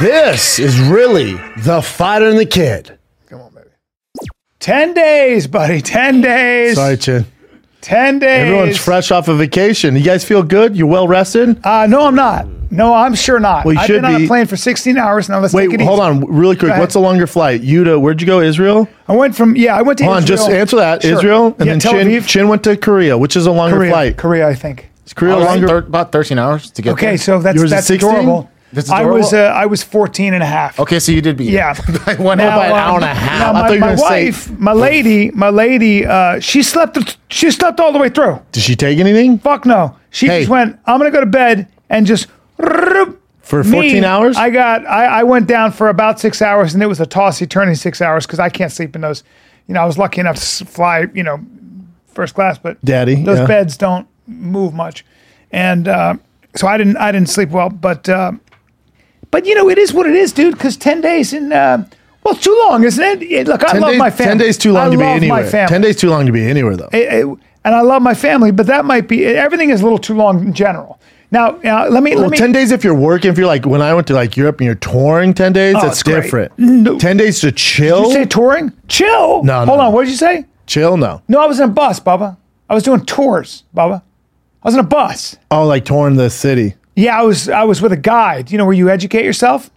This is really the fighter and the kid. Come on, baby. 10 days, buddy. 10 days. Sorry, Chin. 10 days. Everyone's fresh off a vacation. You guys feel good? You well rested? Uh, no, I'm not. No, I'm sure not. Well, you I've should been on be. a plane for 16 hours now. Let's take Wait, it hold easy. on, really quick. ahead. What's a longer flight? You to where'd you go? Israel? I went from, yeah, I went to Hold on, Israel. just answer that. Sure. Israel, and Yeah, then Tel Chin. Aviv, Chin went to Korea, which is a longer Korea, flight. Korea, I think. Is Korea I was longer? thir- about 13 hours to get Okay, there. so that's Yours is that's 16? adorable. That's I was uh, adorable? I was 14 and a half. Okay, so you did beat it. Yeah. I went Now, out by an um, hour and a half. now I thought you my, were my gonna say- wife, my lady, my lady, uh, she slept she slept all the way through. Did she take anything? Fuck no. She Hey. just went, I'm going to go to bed and just. For Me, 14 hours? I got, I, I went down for about six hours and it was a tossy turning six hours because I can't sleep in those. You know, I was lucky enough to s- fly, you know, first class, but Daddy, those yeah. beds don't move much. And uh, so I didn't, I didn't sleep well, but, uh, but you know, it is what it is, dude, because 10 days in, uh, well, it's too long, isn't it? Yeah, Look, I 10 love days, my family. 10 days too long to I be love my anywhere. family. 10 days too long to be anywhere, though. It- it- and I love my family, but that might be everything is a little too long in general. Now, now let me well, let me 10 days if you're working, if you're like, when I went to like Europe and you're touring 10 days, that's Oh, it's great. different. No. 10 days to chill? you say touring. Chill. No, no, hold no. on. What did you say? chill? No. No, I was in a bus, Bubba. I was doing tours, Bubba. I was in a bus. Oh, like touring the city. Yeah, I was I was with a guide. You know where you educate yourself.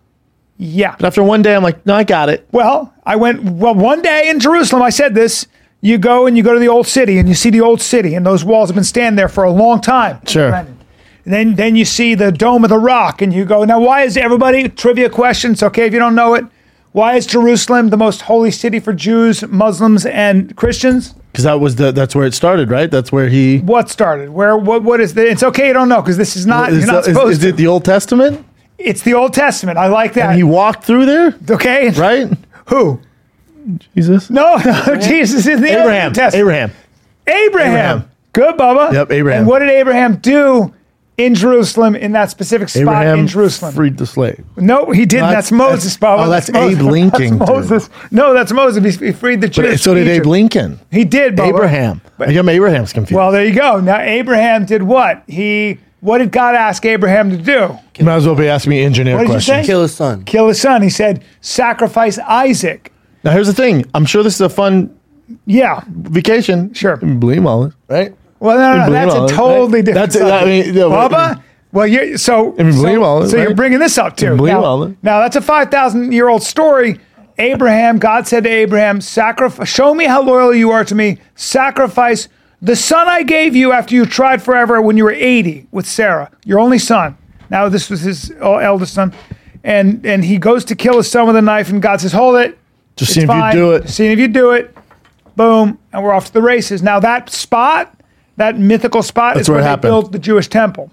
Yeah. After one day, I'm like, no, I got it. Well, I went well one day in Jerusalem. I said this. You go and you go to the old city and you see the old city and those walls have been standing there for a long time. Sure. Brendan. And then then you see the dome of the rock and you go now why is everybody trivia questions okay if you don't know it why is Jerusalem the most holy city for Jews, Muslims and Christians? Because that was the, that's where it started, right? That's where he. What started? Where what what is the, it's okay you don't know because this is not Is, you're not that- is- supposed is it the Old Testament? to. It's the Old Testament. I like that. And he walked through there, okay? right? Who? Jesus. No, no, Jesus is the Old Abraham. Testament. Abraham. Abraham. Abraham. Good, Bubba. Yep, Abraham. And what did Abraham do in Jerusalem in that specific spot Abraham in Jerusalem? freed the slave. no, he didn't. No, That's, that's- Moses, that's- Bubba. oh, that's Abe Moses. Lincoln, That's dude. Moses. No, that's Moses. He, he freed the Jews. But so from did Abe Egypt. Lincoln. He did, Bubba. Abraham. I get my Abraham's confused. Well, there you go. Now Abraham did what? He what did God ask Abraham to do? you might as well be asking me engineer What did you questions. say? Kill his son. Kill his son. He said, sacrifice Isaac. Now, here's the thing. I'm sure this is a fun Yeah. vacation. Sure. Bleem all this, right? Well, no, no, In that's Blumenau, a right? totally different. That's it. I subject. mean, yeah, but- Bubba. Well, you're so. mean, so, Blumenau, so you're right? bringing this up too. Blumenau. Now, now that's a five thousand year old story. Abraham, God said to Abraham, sacrifice. Show me how loyal you are to me. Sacrifice the son I gave you after you tried forever when you were eighty with Sarah, your only son. Now this was his uh, eldest son, and and he goes to kill his son with a knife, and God says, "Hold it, Just it's seeing if you fine. do it. Seeing if you do it. Boom, and we're off to the races. Now that spot, that mythical spot, is where where, it they happened. built the Jewish temple.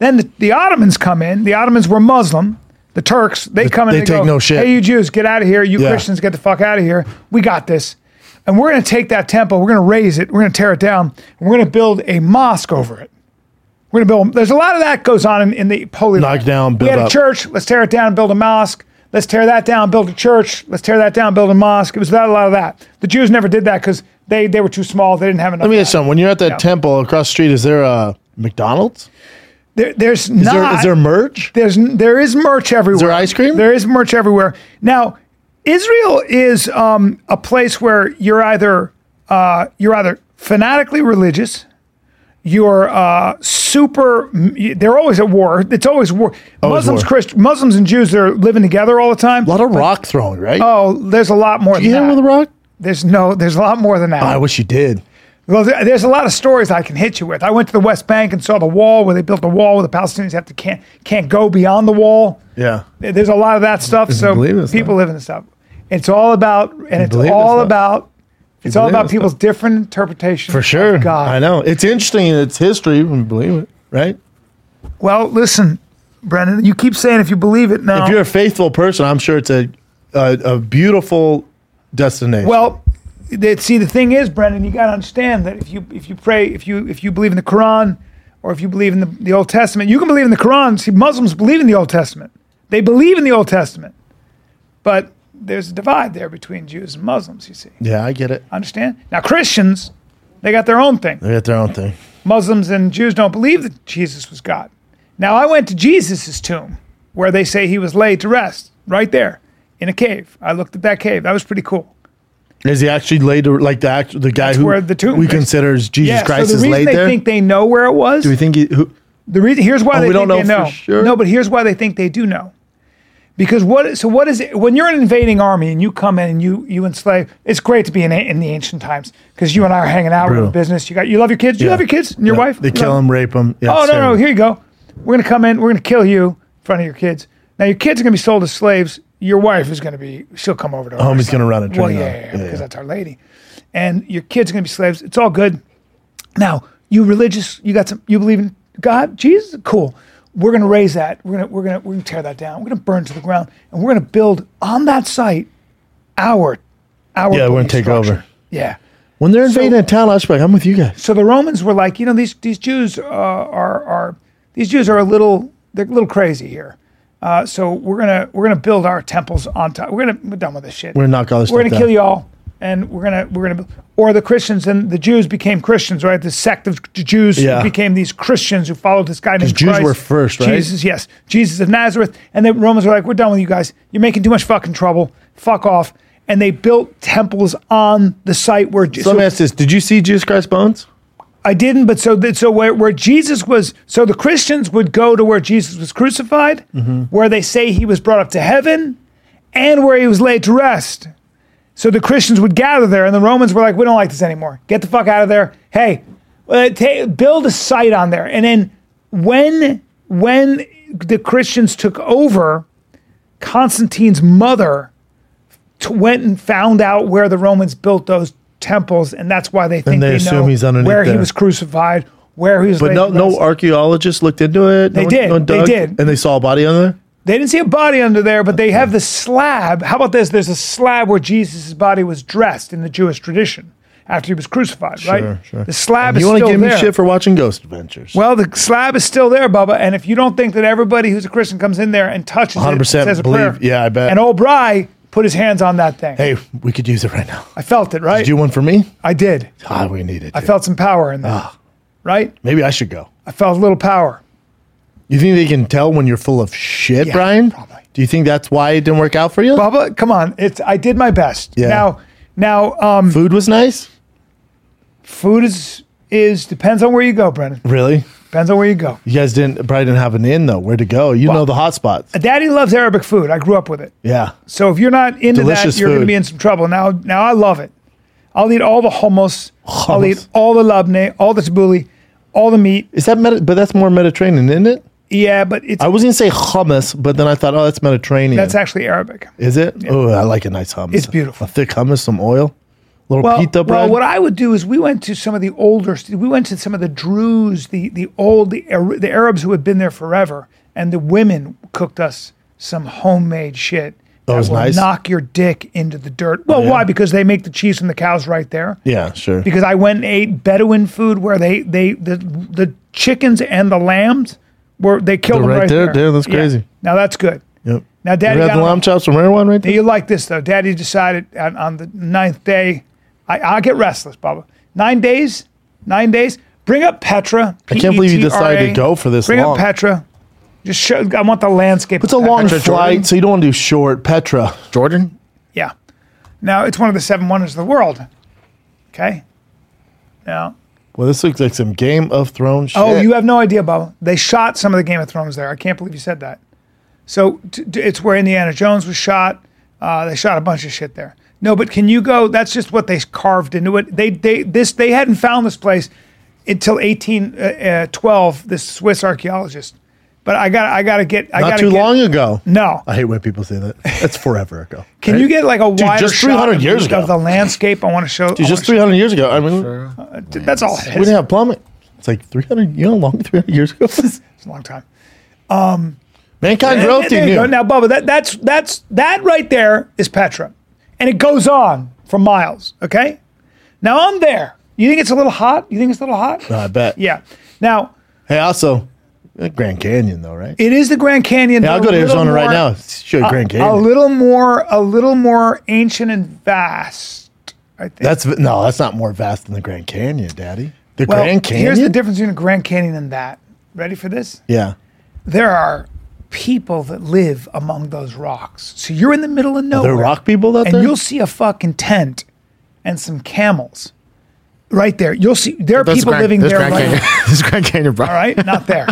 Then the, the Ottomans come in. The Ottomans were Muslim. The Turks they come in. they and go, take no shit. Hey, you Jews, get out of here. You Yeah. Christians, get the fuck out of here. We got this. And we're going to take that temple. We're going to raise it. We're going to tear it down. And we're going to build a mosque over it. We're going to build. There's a lot of that goes on in, in the Holy Knock Land. down, we build had a up. church. Let's tear it down and build a mosque. Let's tear that down, build a church. Let's tear that down, build a mosque. It was that a lot of that. The Jews never did that because they they were too small. They didn't have enough. Let me ask you something. When you're at that Yeah. temple across the street, is there a McDonald's? There, Is there's not. there, is there merch? there's there is merch everywhere. there ice cream? There is merch everywhere. Now, Israel is um, a place where you're either uh, you're either fanatically religious, you're uh, super. They're always at war. It's always war. Always Muslims, war. Christ, Muslims and Jews, they're living together all the time. A lot of rock throwing, right? Oh, there's a lot more. you hit than him that. with a rock? There's no. There's a lot more than that. Oh, I wish you did. Well, there- there's a lot of stories I can hit you with. I went to the West Bank and saw the wall where they built the wall where the Palestinians have to can't can't go beyond the wall. Yeah. There- There's a lot of that stuff. So believe this people stuff. live in this stuff. It's all about and it's believe this all stuff. about it's all believe about this people's different interpretations. For sure. Of God. I know. It's interesting in its history. Wouldn't believe it, right? Well, listen, Brendan, you keep saying if you believe it now. If you're a faithful person, I'm sure it's a a, a beautiful destination. Well, that see the thing is, Brendan, you got to understand that if you if you pray, if you if you believe in the Quran, or if you believe in the, the Old Testament, you can believe in the Quran. See, Muslims believe in the Old Testament. They believe in the Old Testament, but there's a divide there between Jews and Muslims. You see, yeah, I get it. understand? Now Christians, they got their own thing. They got their own thing. Muslims and Jews don't believe that Jesus was God. Now I went to Jesus' tomb, where they say he was laid to rest. right there in a cave. I looked at that cave. That was pretty cool. Is he actually laid to, like the act, the guy That's who where the tomb we is. consider as Jesus yeah, Christ so the is reason laid they there? think they know where it was, Do we think he, who? the reason here's why Oh, they we think don't they know know. for sure? No, but here's why they think they do know. Because what? So what is it? When you're an invading army and you come in and you you enslave, it's great to be in a- in the ancient times because you and I are hanging out Brutal. with business. You got you love your kids. Do You Yeah. love your kids and your Yeah, wife. They You kill love- him, rape him. Yeah, Oh it's no no! terrible. Here you go. We're gonna come in. We're gonna kill you in front of your kids. Now your kids are gonna be sold as slaves. Your wife is gonna be. She'll come over to. our Homie's side. Oh, gonna run it, Well, turn it yeah, yeah, on. yeah, Yeah, because yeah. that's our lady. And your kids are gonna be slaves. It's all good. Now you religious. You got some. You believe in God, Jesus. Cool. We're gonna raise that. We're gonna we're gonna we're gonna tear that down. We're gonna burn to the ground, and we're gonna build on that site our Yeah, our we're gonna belief take structure. over. Yeah. When they're invading a town, I was like, I'm with you guys. So the Romans were like, you know, these these Jews uh, are are these Jews are a little they're a little crazy here. Uh, so we're gonna we're gonna build our temples on top. We're gonna we're done with this shit. We're gonna knock all this We're stuff down. gonna kill you all, and we're gonna we're gonna or the Christians and the Jews became Christians, right? The sect of J- Jews who Yeah. became these Christians who followed this guy named Jews Christ. were first, right? Jesus, yes, Jesus of Nazareth, and the Romans were like, we're done with you guys. You're making too much fucking trouble. Fuck off. And they built temples on the site where So, so- let me ask this: Did you see Jesus Christ bones? I didn't, but so that so where, where Jesus was, so the Christians would go to where Jesus was crucified, Mm-hmm. where they say he was brought up to heaven, and where he was laid to rest. So the Christians would gather there, and the Romans were like, "We don't like this anymore. Get the fuck out of there. Hey, uh, ta- build a site on there." And then when when the Christians took over, Constantine's mother t- went and found out where the Romans built those temples, and that's why they think they they, know assume he's underneath where he there. was crucified, where he was. But laid no, to no rest. archaeologists looked into it. They did. They did. and they saw a body on there. They didn't see a body under there, but they have the slab. How about this? There's a slab where Jesus' body was dressed in the Jewish tradition after he was crucified, Sure, right? sure. The slab is You want to still give there. me shit for watching Ghost Adventures? well, the slab is still there, Bubba. And if you don't think that everybody who's a Christian comes in there and touches it, 100% says a believe. prayer, Yeah, I bet. And O'Bri put his hands on that thing. hey, we could use it right now. I felt it, right? Do one for me? I did. Ah, we need it. I dude. felt some power in Ah. that, right? Maybe I should go. I felt a little power. You think they can tell when you're full of shit, Yeah, Brian? probably. Do you think that's why it didn't work out for you? Bubba, come on. It's I did my best. Yeah. Now, now, um, Food was nice. food is is depends on where you go, Brendan. Really? Depends on where you go. You guys didn't probably didn't have an inn though. Where to go? You know the hot spots. Daddy loves Arabic food. I grew up with it. Yeah. So if you're not into Delicious that, you're going to food. be in some trouble. Now, now I love it. I'll eat all the hummus. I'll Hummus. eat all the labne, all the tabbouleh, all the meat. Is that Medi- but that's more Mediterranean, isn't it? Yeah, but it's I was gonna say hummus, but then I thought, oh, that's Mediterranean. that's actually Arabic. Is it? Oh, I like a nice hummus. It's beautiful. A thick hummus, some oil, a little Well, pita bread. well, what I would do is we went to some of the older, we went to some of the Druze, the the old, the, Ar- the Arabs who had been there forever, and the women cooked us some homemade shit that was will nice. knock your dick into the dirt. Well, yeah? why? Because they make the cheese from the cows right there. yeah, sure. Because I went and ate Bedouin food where they they the the chickens and the lambs were they They're killed them right right there, there. dude, that's Yeah. crazy. Now that's good. Yep. Now, You Daddy, had got the on- lamb chops from everyone right now, there. you like this though. Daddy decided on, on the ninth day. I, I get restless, Bubba. Nine days. Nine days. Bring up Petra. I can't believe you decided P E T R A. to go for this Bring long. up Petra. Just show. I want the landscape. It's a long Petra, flight, Jordan? so you don't want to do short. Petra. Jordan? Yeah. Now it's one of the seven wonders of the world. Okay. Now. Well, this looks like some Game of Thrones. Shit. Oh, you have no idea, Bubba. They shot some of the Game of Thrones there. I can't believe you said that. So t- t- it's where Indiana Jones was shot. Uh, they shot a bunch of shit there. No, but can you go? That's just what they carved into it. They they this they hadn't found this place until 1812. this Swiss archaeologist. But I got I got to get I not got too long ago. No, Oh, I hate when people say that. That's forever ago. can you get like a wider just shot 300 of years the- ago. of the landscape? I want to show. I Dude, wanna just 300 years ago. I mean, show- That's all. it we is. didn't have plumbing. It's like 300. You know, how long 300 years ago. was? It's a long time. Mankind And growth there team. you knew. go. Now, Bubba, that, that's that's that right there is Petra, and it goes on for miles. Okay, now I'm there. You think it's a little hot? You think it's a little hot? I bet. Yeah. Now Hey, also uh, Grand Canyon though, right? it is the Grand Canyon. Yeah, I'll go but a to little Arizona right more- now. Show you Grand A Canyon. little more, a little more ancient and vast. I think. That's no, that's not more vast than the Grand Canyon, Daddy. The Well, Grand Canyon. Here's the difference between a Grand Canyon and that. Ready for this? yeah. There are people that live among those rocks. So you're in the middle of nowhere. there rock people out and there? you'll see a fucking tent and some camels right there. You'll see there are That's people Grand- living that's there Grand right Canyon. this Grand Canyon, bro. All right, not there.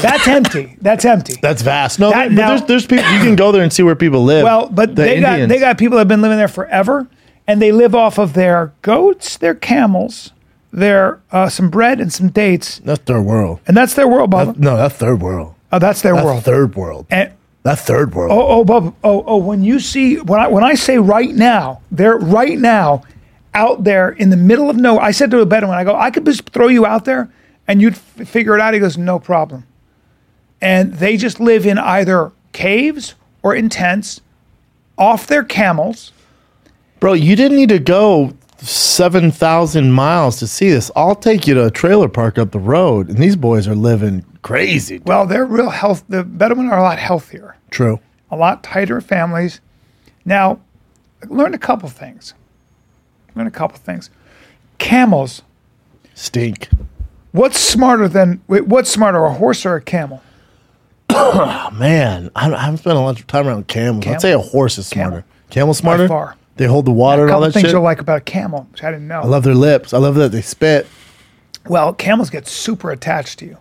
That's empty. That's empty. That's vast. No, That- but now- there's there's people you can go there and see where people live. Well, but The they got Indians. they got people that have been living there forever, and they live off of their goats, their camels, their uh, some bread and some dates, that's third world. and that's their world, Bubba. No, that's third world. oh, that's their That's world. third world. and That's third world. oh, oh, Bubba, oh, oh, when you see when I when I say right now, they're right now out there in the middle of nowhere. I said to a Bedouin, I go, I could just throw you out there, and you'd f- figure it out. He goes, no problem. And they just live in either caves or in tents, off their camels. Bro, you didn't need to go 7,000 miles to see this. I'll take you to a trailer park up the road, and these boys are living crazy. Well, they're real health. The Bedouin are a lot healthier, True. a lot tighter families. Now, I learned a couple things. Learned a couple things. Camels. Stink. What's smarter than wait, what's smarter, a horse or a camel? Oh, man, I, I haven't spent a lot of time around camels. Camel. I'd say a horse is smarter. Camel, smarter? far. They hold the water A and all couple that things shit. you'll like about a camel, which I didn't know. I love their lips. I love that they spit. well, camels get super attached to you,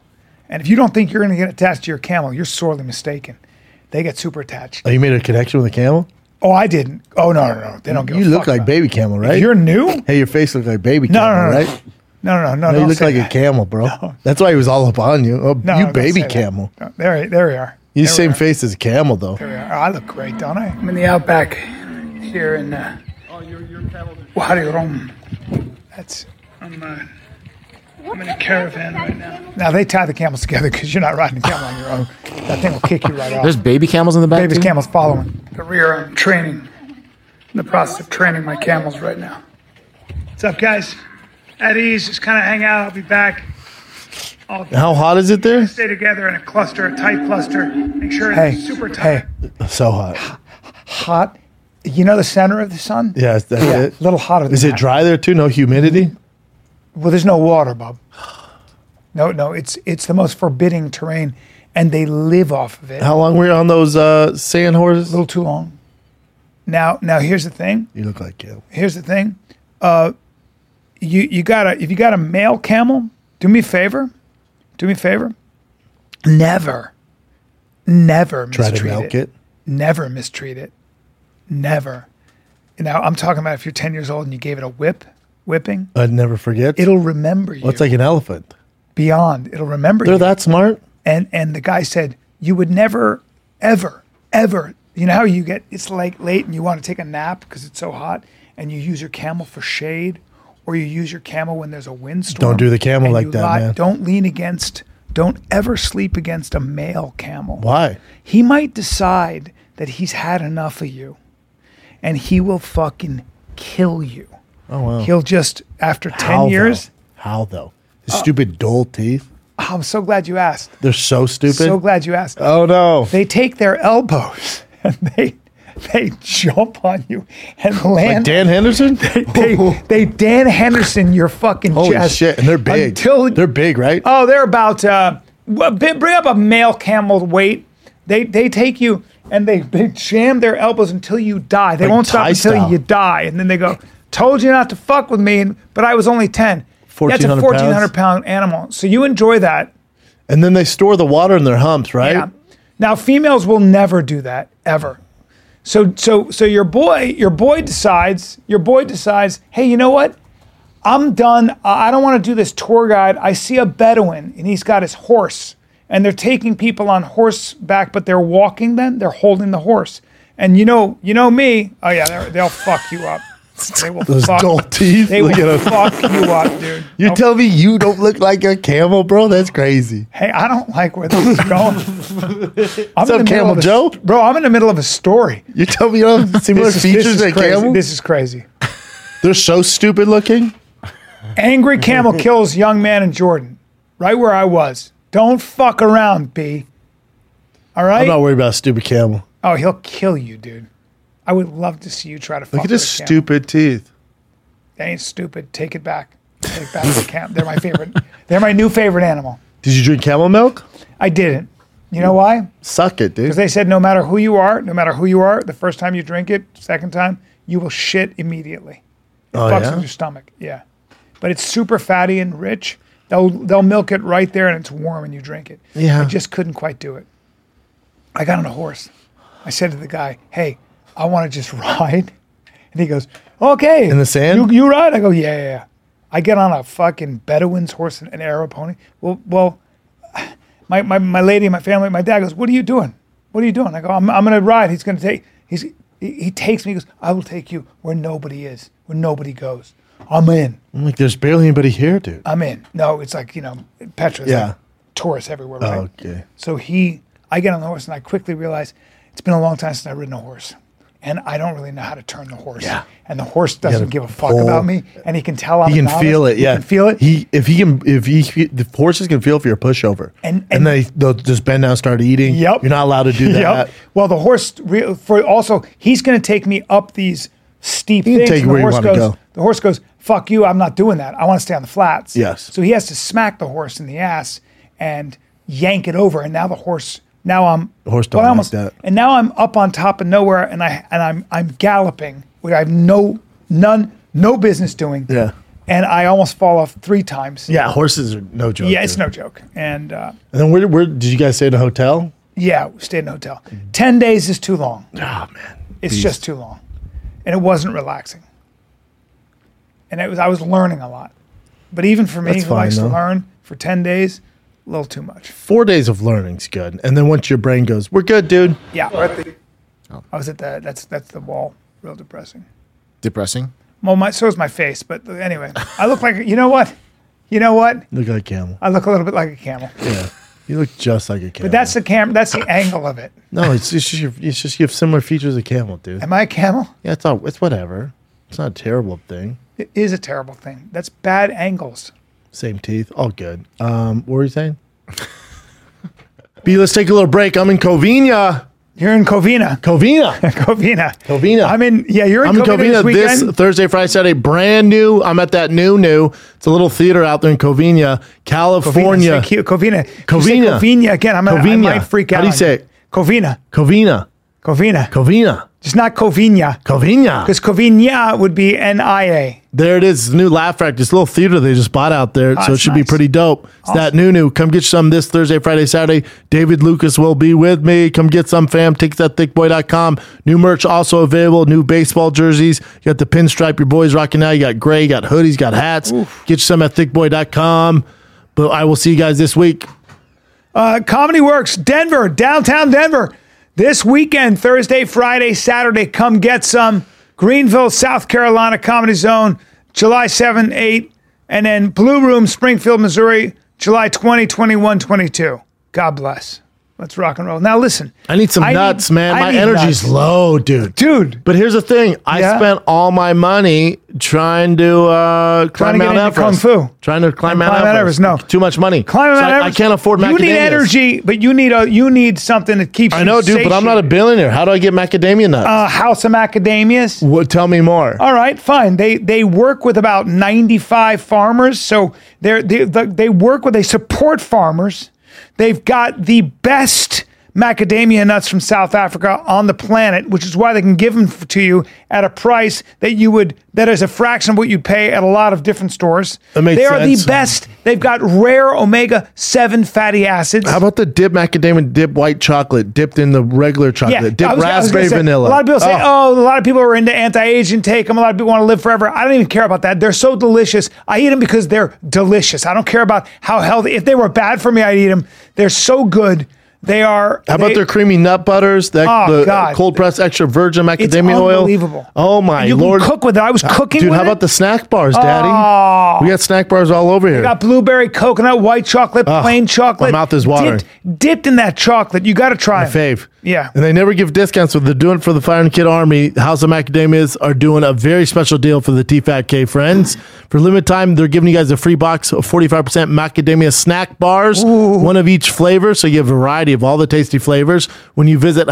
and if you don't think you're going to get attached to your camel, you're sorely mistaken. They get super attached. Oh, you made a connection with a camel? Oh, I didn't. Oh no, no, no. They don't give. You a look fuck like about baby camel, it. right? You're new. hey, your face looks like baby No, camel, no, no, no. right? No, no, no, no. No, you don't look say like a that. camel, bro. That's why he was all up on you. Oh, No, you no, don't baby say that. camel. No, there, there we are. You There we same are. face as a camel, though. There we are. I look great, don't I? Oh, I'm in the outback here in uh, Wadi Rum. That's I'm, uh, I'm in a caravan right now. now they tie the camels together because you're not riding a camel on your own. That thing will kick you right There's off. baby camels in the back. Baby's too? camel's following. The rear, I'm training. In the process of training my camels right now. What's up, guys? At ease, just kind of hang out. I'll be back. I'll How hot is it there? stay together in a cluster, a tight cluster. Make sure it's super tight. Hey, So hot. hot. You know the center of the sun? Yeah, is that Yeah, it? a little hotter than Is it that. dry there too? No humidity? Well, there's no water, Bob. No, no, it's it's the most forbidding terrain, and they live off of it. How long were you on those uh, sand horses? little too long. Now, now here's the thing. You look like you. Here's the thing. Uh, you you gotta if you got a male camel, do me a favor. Do me a favor. Never, never Try to mistreat milk it. Never mistreat it. Never. Now I'm talking about if you're 10 years old and you gave it a whip, whipping, I'd never forget. it'll remember you. Well, it's like an elephant. beyond? It'll remember They're you. that smart? and and the guy said you would never ever ever you know how you get it's like late and you want to take a nap because it's so hot and you use your camel for shade or you use your camel when there's a windstorm Don't do the camel and like you that, man. don't lean against don't ever sleep against a male camel Why? he might decide that he's had enough of you and he will fucking kill you Oh, wow. he'll just after 10 How, though? years Uh, How though? His stupid dull teeth. i'm so glad you asked They're so stupid. so glad you asked oh no. they take their elbows and they they jump on you and Like land. Dan Henderson? they, they Dan Henderson your fucking Holy chest. shit. And they're big. Until, they're big, right? oh, they're about uh, well, bi- bring up a male camel weight. They they take you and they they jam their elbows until you die. They Like won't stop Thai until style. you die, and then they go. Told you not to fuck with me, and, but I was only ten. That's a 1400 fourteen hundred pound animal. So you enjoy that. and then they store the water in their humps, right? Yeah. Now females will never do that ever. So so so your boy your boy decides your boy decides hey you know what I'm done I I don't want to do this tour guide I see a Bedouin and he's got his horse and they're taking people on horseback but they're walking them they're holding the horse and you know you know me oh yeah they're- they'll fuck you up they will Those fuck dull teeth. they Look at will them. fuck you up dude You They'll- tell me you don't look like a camel, bro? That's crazy. Hey, I don't like where this is going. What's up, Camel Joe? Bro, I'm in the middle of a story. You tell me you don't have similar is- features is than a crazy. camel? This is crazy. They're so stupid looking. Angry camel kills young man in Jordan, right where I was. Don't fuck around, B. All right? I'm not worried about a stupid camel. Oh, he'll kill you, dude. I would love to see you try to fuck Look at with his a camel. stupid teeth. They ain't stupid. Take it back. Take back the camel. They're my favorite. They're my new favorite animal. Did you drink camel milk? I didn't. You know why? Suck it, dude. Because they said no matter who you are, no matter who you are, the first time you drink it, second time, you will shit immediately. It Oh, fucks yeah? with your stomach. Yeah. But it's super fatty and rich. They'll they'll milk it right there and it's warm and you drink it. Yeah. I just couldn't quite do it. I got on a horse. I said to the guy, Hey, I want to just ride. And he goes, Okay. In the sand? You, you ride? I go, yeah, yeah, yeah. I get on a fucking Bedouin's horse and an Arab pony. Well, well, my, my, my lady, my family, my dad goes, what are you doing? What are you doing? I go, I'm, I'm going to ride. He's going to take, he's, he, he takes me, he goes, I will take you where nobody is, where nobody goes. I'm in. I'm like, there's barely anybody here, dude. I'm in. No, it's like, you know, Petra. Yeah. Yeah. Like tourists everywhere, right? Okay. So he, I get on the horse and I quickly realize it's been a long time since I've ridden a horse. And I don't really know how to turn the horse. Yeah. And the horse doesn't give a fuck pull. about me. And he can tell I'm He a can novice. feel it. He Yeah, can feel it. He if he can if he, he- the horses can feel if you're a pushover, And- and- and they they'll just bend down, and start eating. Yep. You're not allowed to do that. Well, the horse re- for also he's going to take me up these steep can things. take and you where the you horse wanna goes. go. The horse goes. Fuck you! I'm not doing that. I want to stay on the flats. Yes. So he has to smack the horse in the ass and yank it over, and now the horse. Now I'm The horse don't I like almost- that. And now I'm up on top of nowhere, and I and I'm I'm galloping, which I have no none no business doing. Yeah. And I almost fall off three times. Yeah, horses are no joke. Yeah, it's dude. no joke. And uh, And then where where did you guys stay in a hotel? yeah, we stayed in a hotel. Ten days is too long. Oh man, It's Beast. just too long, and it wasn't relaxing. And it was I was learning a lot, but even for me, That's who fine, likes to though. learn for ten days, a little too much. four days of learning's good, and then once your brain goes, we're good, dude. Yeah, Oh. I was at the that's that's the wall. Real depressing. Depressing. Well, my so is my face, but anyway, I look like you know what, you know what, Look like a camel. I look a little bit like a camel. Yeah, you look just like a camel. But that's the cam. That's the angle of it. no, it's, it's just your- it's just you have similar features as a camel, dude. Am I a camel? Yeah, it's all it's whatever. It's not a terrible thing. It is a terrible thing. That's bad angles. Same teeth, all good. Um, what were you saying? B, let's take a little break. I'm in Covina. You're in Covina. Covina. Covina. Covina. I'm in. Yeah, you're in I'm in Covina, this Covina weekend. this, Thursday, Friday, Saturday. Brand new. I'm at that new, new. It's a little theater out there in Covina, California. Covina. say Q- Covina. Covina. Covina. Covina again. I'm gonna, I Covina. might freak out. How do you on say it? Covina. Covina. Covina. Covina. it's not Covina. Covina. Because Covina would be N-I-A. There it is. New Laugh Track. This little theater they just bought out there. so it that's should Ah, nice. be pretty dope. It's that new, new. Come get some this Thursday, Friday, Saturday. David Lucas will be with me. Come get some, fam. Tickets at thickboy.com. New merch also available. New baseball jerseys. You got the pinstripe your boys rocking now. You got gray, you got hoodies, you got hats. Get you some at thickboy.com. But I will see you guys this week. Uh, Comedy Works, Denver, downtown Denver. This weekend, Thursday, Friday, Saturday, come get some. Greenville, South Carolina Comedy Zone, July 7, 8. And then Blue Room, Springfield, Missouri, July 20, 21, 22. God bless. Let's rock and roll. Now, listen. I need some I need- nuts, man. I My need energy's nuts. low, dude. Dude, But here's the thing: I Yeah? spent all my money trying to uh, climb to get Mount into Everest. Kung Fu. Trying to climb Mount Mount Everest. Everest, no. too much money. Climb So Mount I- Everest. I can't afford. You need macadamias. energy, but you need a you need something that keeps. I you know, dude, but I'm not a satiated. billionaire. How do I get macadamia nuts? uh, house of macadamias. what, tell me more. All right, fine. They they work with about 95 farmers, so they're, they they they work with they support farmers. They've got the best macadamia nuts from South Africa on the planet, which is why they can give them f- to you at a price that you would that is a fraction of what you'd pay at a lot of different stores. That makes they are the sense. best. They've got rare omega 7 fatty acids. How about the dip macadamia dip white chocolate dipped in the regular chocolate? dip I was- I was gonna raspberry say, vanilla. A lot of people say, Oh. oh. a lot of people are into anti-aging, take them. A lot of people want to live forever. I don't even care about that. They're so delicious. I eat them because they're delicious. I don't care about how healthy. If they were bad for me, I'd eat them. They're so good. They are. How about they- their creamy nut butters? That Oh, the uh, God. cold pressed extra virgin macadamia oil. unbelievable. Oh my And you lord! Uh, can cook with it. I was cooking Dude, with how it. Oh. about the snack bars, Daddy? We got snack bars all over here. Got blueberry, coconut, white chocolate, plain chocolate. my mouth is watering. Dipped, dipped in that chocolate. You got to try My it. fave. Yeah. And they never give discounts, but they're doing it for the Fire and Kid Army. House of Macadamias are doing a very special deal for the T-Fat K friends. For limited time, they're giving you guys a free box of 45% macadamia snack bars, one of each flavor, so you have a variety of all the tasty flavors. When you visit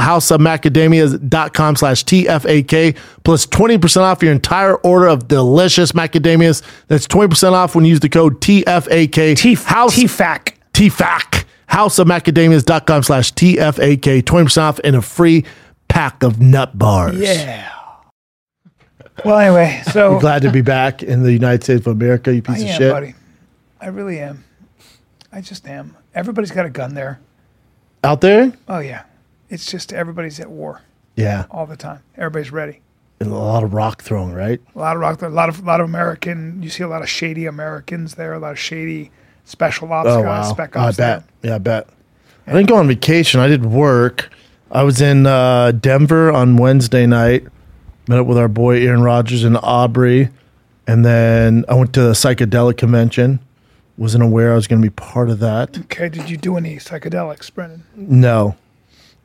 houseofmacadamias.com slash TFAK, plus 20% off your entire order of delicious macadamias. That's 20% off when you use the code TFAK. T- House T-fac. TFAC. houseofmacadamias.com slash TFAK, 20% off and a free pack of nut bars. Yeah. Well, anyway, so Glad to be back in the United States of America, you piece I of am, shit. buddy. I really am. I just am. Everybody's got a gun there. Out there? Oh yeah, it's just everybody's at war Yeah. all the time. Everybody's ready. And a lot of rock throwing, right? A lot of rock. A lot of lot of American. You see a lot of shady Americans there. A lot of shady special ops Oh, guys, wow. spec I ops. bet. Yeah, I bet. I didn't go on vacation. I did work. I was in uh, Denver on Wednesday night, met up with our boy Aaron Rodgers and Aubrey. And then I went to the psychedelic convention. Wasn't aware I was going to be part of that. there. Okay. Did you do any psychedelics, Brendan? No,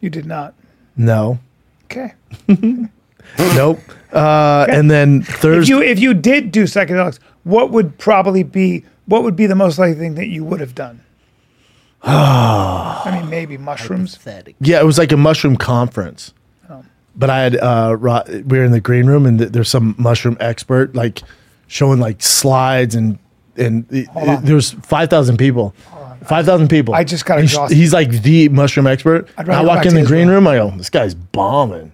You did not. no, Okay. nope. Uh, and then If Thursday, you if you did do psychedelics, what would probably be what would be the most likely thing that you would have done? I mean, maybe mushrooms. yeah, it was like a mushroom conference. Oh. But I had uh, ro- we were in the green room, and th- there's some mushroom expert like showing like slides and and it- Hold on. it- there was five thousand people, five thousand people. I just got And sh- exhausted. He's like the mushroom expert. I'd And rather I go walk back in to the his green room. room. I go, this guy's bombing,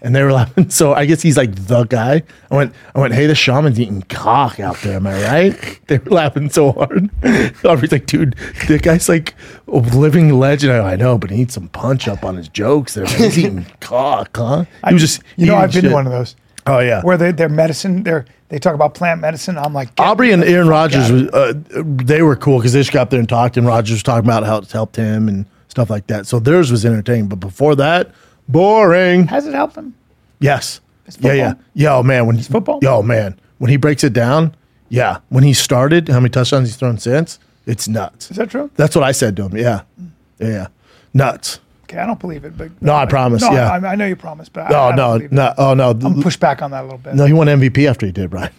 and they were laughing. So I guess he's like the guy. I went, I went, hey, the shaman's eating cock out there. Am I right? They were laughing so hard. Aubrey's like, dude, the guy's like a living legend. I, go, I know, but he needs some punch up on his jokes. There, man. he's eating cock, huh? He was just, You know, eating I've been shit. to one of those Oh yeah. where they, they're medicine. They're they talk about plant medicine. I'm like, get- Aubrey and Aaron Rodgers, was, uh, they were cool because they just got up there and talked, and Rodgers was talking about how it's helped him and stuff like that. So theirs was entertaining, but before that, boring. Has it helped them? Yes. Yeah, football. yeah. Yo, man. When football. Yo, man. When he breaks it down, yeah. When he started, how many touchdowns he's thrown since? It's nuts. Is that true? That's what I said to him. Yeah, yeah, yeah. nuts. Okay, I don't believe it, but No, I promise, No, yeah. I, I know you promised, but I, Oh I no, don't believe it. no, oh no, I'm push back on that a little bit. no. He won MVP after he did right.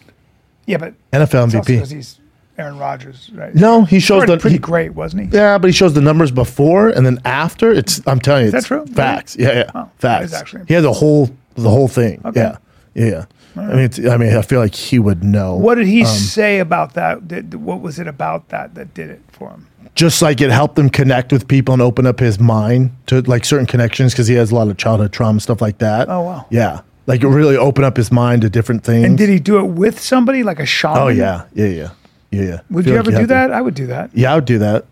yeah, but NFL it's also MVP. 'cause he's Aaron Rodgers, right? No, he shows pretty, the pretty he- great, wasn't he? Yeah, but he shows the numbers before and then after. It's I'm telling you, is that true? Facts. Yeah, yeah. Oh, that facts. is actually- he had the whole the whole thing. Yeah, yeah. yeah. I mean, it's, I mean, I feel like he would know. What did he say about that? Did, what was it about that that did it for him? just like it helped him connect with people and open up his mind to like certain connections because he has a lot of childhood trauma stuff like that. Oh, wow. Yeah, like it really opened up his mind to different things. And did he do it with somebody like a shaman? Mm. oh yeah, yeah, yeah, yeah. yeah. Would Feel you like ever do have to- that? I would do that. Yeah, I would do that.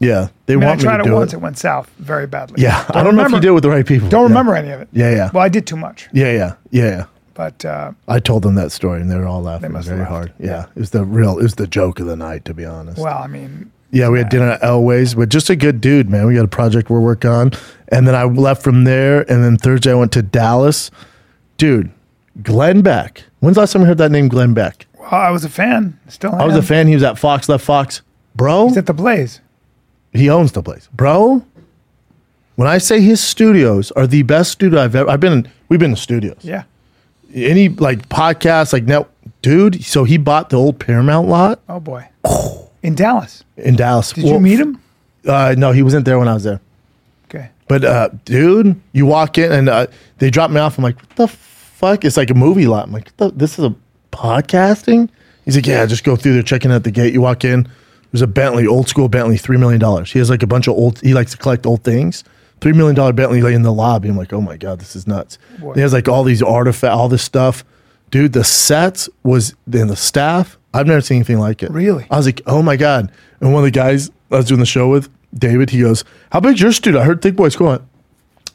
Yeah, they I mean, I want me tried to it do once. It. it. went south very badly. Yeah, I don't know if you did it with the right people. Don't Yeah. remember any of it. Yeah, yeah. Well, I did too much, Yeah, yeah, yeah, yeah. but uh, I told them that story and they were all laughing must have very hard. laughed. Yeah, it was the real, it was the joke of the night, to be honest. well, I mean, Yeah, we had dinner at Elway's, but just a good dude, man. We got a project we're working on. And then I left from there. And then Thursday, I went to Dallas. Dude, Glenn Beck. When's the last time we heard that name, Glenn Beck? well, I was a fan. Still, I was a fan. He was at Fox, left Fox. Bro, He's at the Blaze. he owns the place. Bro, when I say his studios are the best studio I've ever, I've been, in, we've been in studios. Yeah. Any like podcast, like, no, dude. So he bought the old Paramount lot Oh boy. In Dallas. in Dallas. Did you meet him? Uh, no, he wasn't there when I was there. Okay. But uh, dude, you walk in and uh, they drop me off. I'm like, what the fuck? It's like a movie lot. I'm like, "What the- this is a podcasting. He's like, yeah, just go through. They're checking out the gate. You walk in. There's a Bentley, old school Bentley, three million dollars. He has like a bunch of old. He likes to collect old things. Three million dollar Bentley lay in the lobby. I'm like, oh my god, this is nuts. And He has like all these artifact, all this stuff. Dude, the sets was and the staff. I've never seen anything like it. Really? I was like, oh my God. And one of the guys I was doing the show with, David, he goes, How big's your studio? I heard Thick Boy's cool. I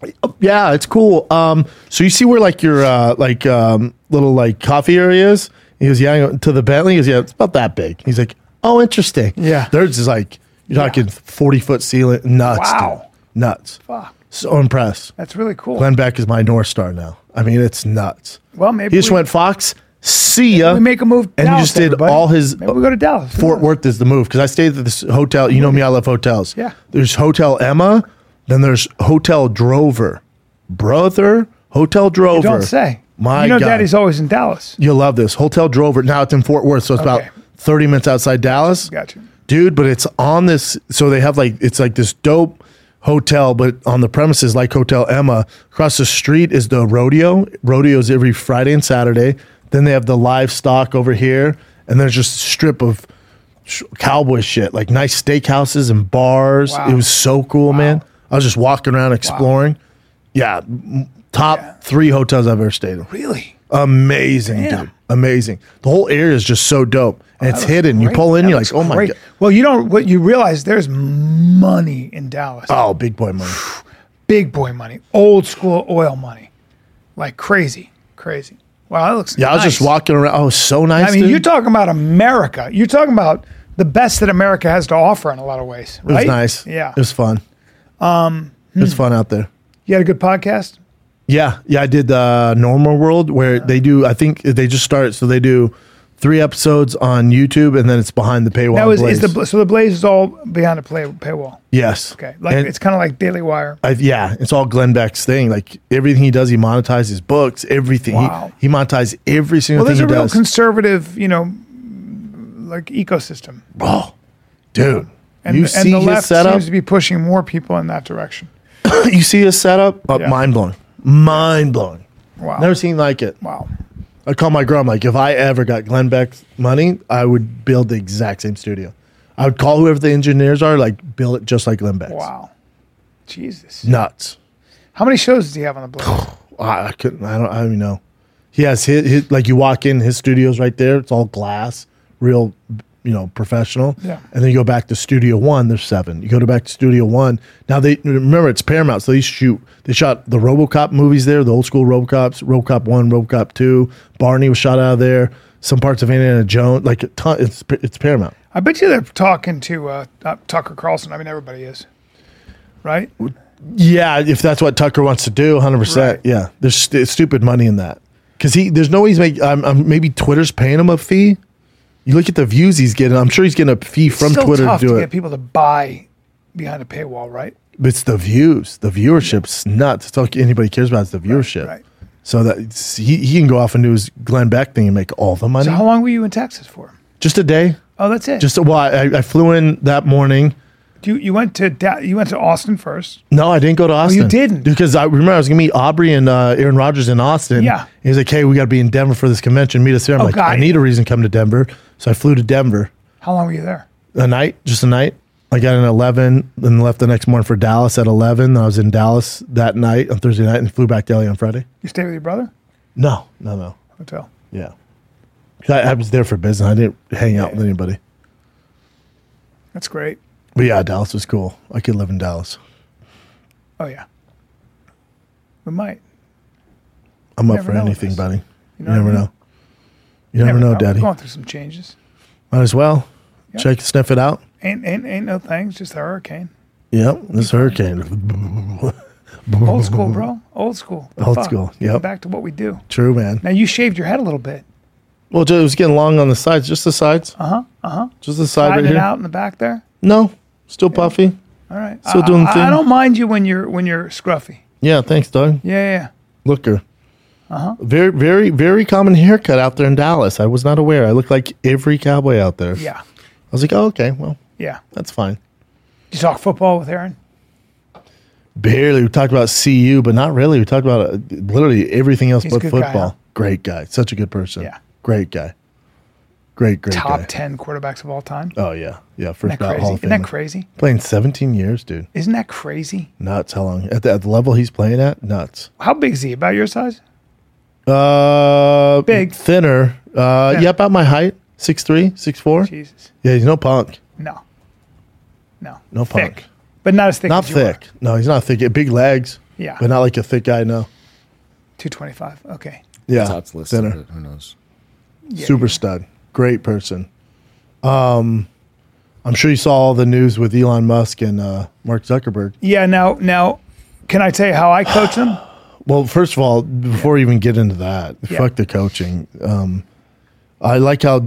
went, "Oh, Yeah, it's cool. Um, so you see where like your uh, like um, little like coffee area is? He goes, Yeah, I go, to the Bentley. He goes, Yeah, it's about that big. He's like, Oh, interesting. Yeah. Theirs is like you're talking forty foot ceiling nuts. Dude. Wow. Nuts. Fuck. So impressed. That's really cool. Glenn Beck is my North Star now. I mean, it's nuts. Well, maybe he just we- went Fox, see ya. we make a move. to And he Dallas, just did everybody. all his Maybe we go to Dallas. Who Fort knows? Worth is the move because I stayed at this hotel. You know me, I love hotels. Yeah. There's Hotel Emma, then there's Hotel Drover, brother. Hotel Drover. Don't say. My You know, God. Daddy's always in Dallas. You'll love this Hotel Drover. Now it's in Fort Worth, so it's Okay. about 30 minutes outside Dallas. Gotcha. Dude, but it's on this. So they have like it's like this dope hotel, but on the premises like Hotel Emma. Across the street is the rodeo. Rodeos every Friday and Saturday. Then they have the livestock over here, and there's just a strip of sh- cowboy shit, like nice steakhouses and bars. It was so cool, man. I was just walking around exploring. Yeah, m- top three hotels I've ever stayed in. Really? Amazing, dude. Amazing. The whole area is just so dope, and it's hidden. You Great. pull in, Oh, That you're looks like, oh my great. god, Well, you don't. What you realize there's money in Dallas. oh big boy money. Big boy money. Old school oil money. Like crazy, crazy. Wow, that looks. Yeah, I was just nice. walking around. Oh, so nice. I mean, dude. you're talking about America. You're talking about the best that America has to offer in a lot of ways. It Right? was nice. Yeah. Um, hmm. It was fun. Um, it was fun out there. you had a good podcast. Yeah, yeah, I did uh, Normal World where they do. I think they just started, so they do three episodes on YouTube, and then it's behind the paywall. That was Blaze. is the so the Blaze is all behind a play, paywall. yes, Okay, like And it's kind of like Daily Wire. I, yeah, it's all Glenn Beck's thing. Like everything he does, he monetizes his books. Everything Wow. he, he monetizes every single Well, there's thing a he real does. conservative, you know, like ecosystem, oh, dude, and, you and see the his left setup. seems to be pushing more people in that direction. you see his setup. Oh, Yeah. Mind blowing. Mind blowing. Wow. Never seen like it. wow. I call my girl. I'm like, if I ever got Glenn Beck's money, I would build the exact same studio. I would call whoever the engineers are, like build it just like Glenn Beck's. Wow. Jesus. Nuts. How many shows does he have on the Blaze? I, I couldn't. I don't. I don't even know. He has his, his like you walk in his studio's right there. It's all glass, real, you know, professional. Yeah. And then you go back to Studio One. There's seven. You go to back to Studio One. Now they remember it's Paramount, so they shoot. They shot the RoboCop movies there, the old school RoboCops, RoboCop One, RoboCop Two. Barney was shot out of there. Some parts of Indiana Jones, like a ton, it's it's Paramount. I bet you they're talking to uh, uh, Tucker Carlson. I mean, everybody is, right? Yeah, if that's what Tucker wants to do, hundred Right. percent. Yeah, there's st- stupid money in that because he there's no way he's making. Um, um, maybe Twitter's paying him a fee. You look at the views he's getting. I'm sure he's getting a fee from Still Twitter to tough to, do get it. people to buy behind a paywall, right? But it's the views, the viewership's nuts. It's all anybody cares about is the viewership. right. So that it's- he he can go off and do his Glenn Beck thing and make all the money. So how long were you in Texas for? just a day. Oh, that's it. Just a, well, I, I flew in that morning. you you went to da- you went to Austin first. No, I Oh, didn't go to Austin. you didn't? because I remember I was gonna meet Aubrey and uh, Aaron Rodgers in Austin. Yeah. he's like, "Hey, we got to be in Denver for this convention. Meet us there." I'm like, got "I it. need a reason to come to Denver," so I flew to Denver How long were you there? a night, just a night. I got in at eleven, then left the next morning for Dallas at eleven. Then I was in Dallas that night on Thursday night, and flew back to LA on Friday. You stayed with your brother No, no, no. hotel. Yeah, 'Cause I, I was there for business. I didn't hang out with anybody. That's great. But yeah, Dallas was cool. I could live in Dallas. Oh yeah, we might. I'm up never for know with anything, us. buddy. You, know what I never mean? know. You never, know, We're Daddy. Going through some changes. Might as well check sniff it out. Ain't ain't ain't no things. Just a hurricane. Yep, this hurricane. Old school, bro. Old school. The Old school, yep. Back to what we do. True, man. Now you shaved your head a little bit. Well, it was getting long on the sides, just the sides. Uh huh. Uh huh. Just the side Hiding right Uh-huh, it here. out in the back there. No, still puffy. All right. Still I, doing I, the I thing. don't mind you when you're when you're scruffy. Yeah, thanks, Doug. Yeah, yeah, yeah. Looker. Uh-huh. Uh huh. Very, very, very common haircut out there in Dallas. I was not aware. I look like every cowboy out there. Yeah. I was like, oh, okay, well, Yeah. that's fine. Did you talk football with Aaron? Barely. We talked about CU, but not really. We talked about uh, literally everything else He's a but good guy, football. huh? Great guy. Such a good person. Yeah. Great guy. Great, great Top guy. ten quarterbacks of all time. Oh yeah, yeah. First Isn't ballot that Hall crazy? of Isn't that Fame. crazy? Playing 17 years, dude. Isn't that crazy? Nuts. How long at the, at the level he's playing at? Nuts. How big is he? About your size? Uh, Big. thinner. Uh, yeah, Yeah. about my height. Six three, six four. Jesus. Yeah, he's no punk. No. No. No thick. punk. But not as thick Not as you are. thick. No, he's not thick. He had Big legs. Yeah. but not like a thick guy. No. 225. Okay. Yeah, Tops list. thinner. but Who knows? Super stud. Great person. Um, I'm sure you saw all the news with Elon Musk and uh, Mark Zuckerberg. Yeah, now now can I tell you how I coach them? Well, first of all, before we even get into that, Yeah. fuck the coaching. Um, I like how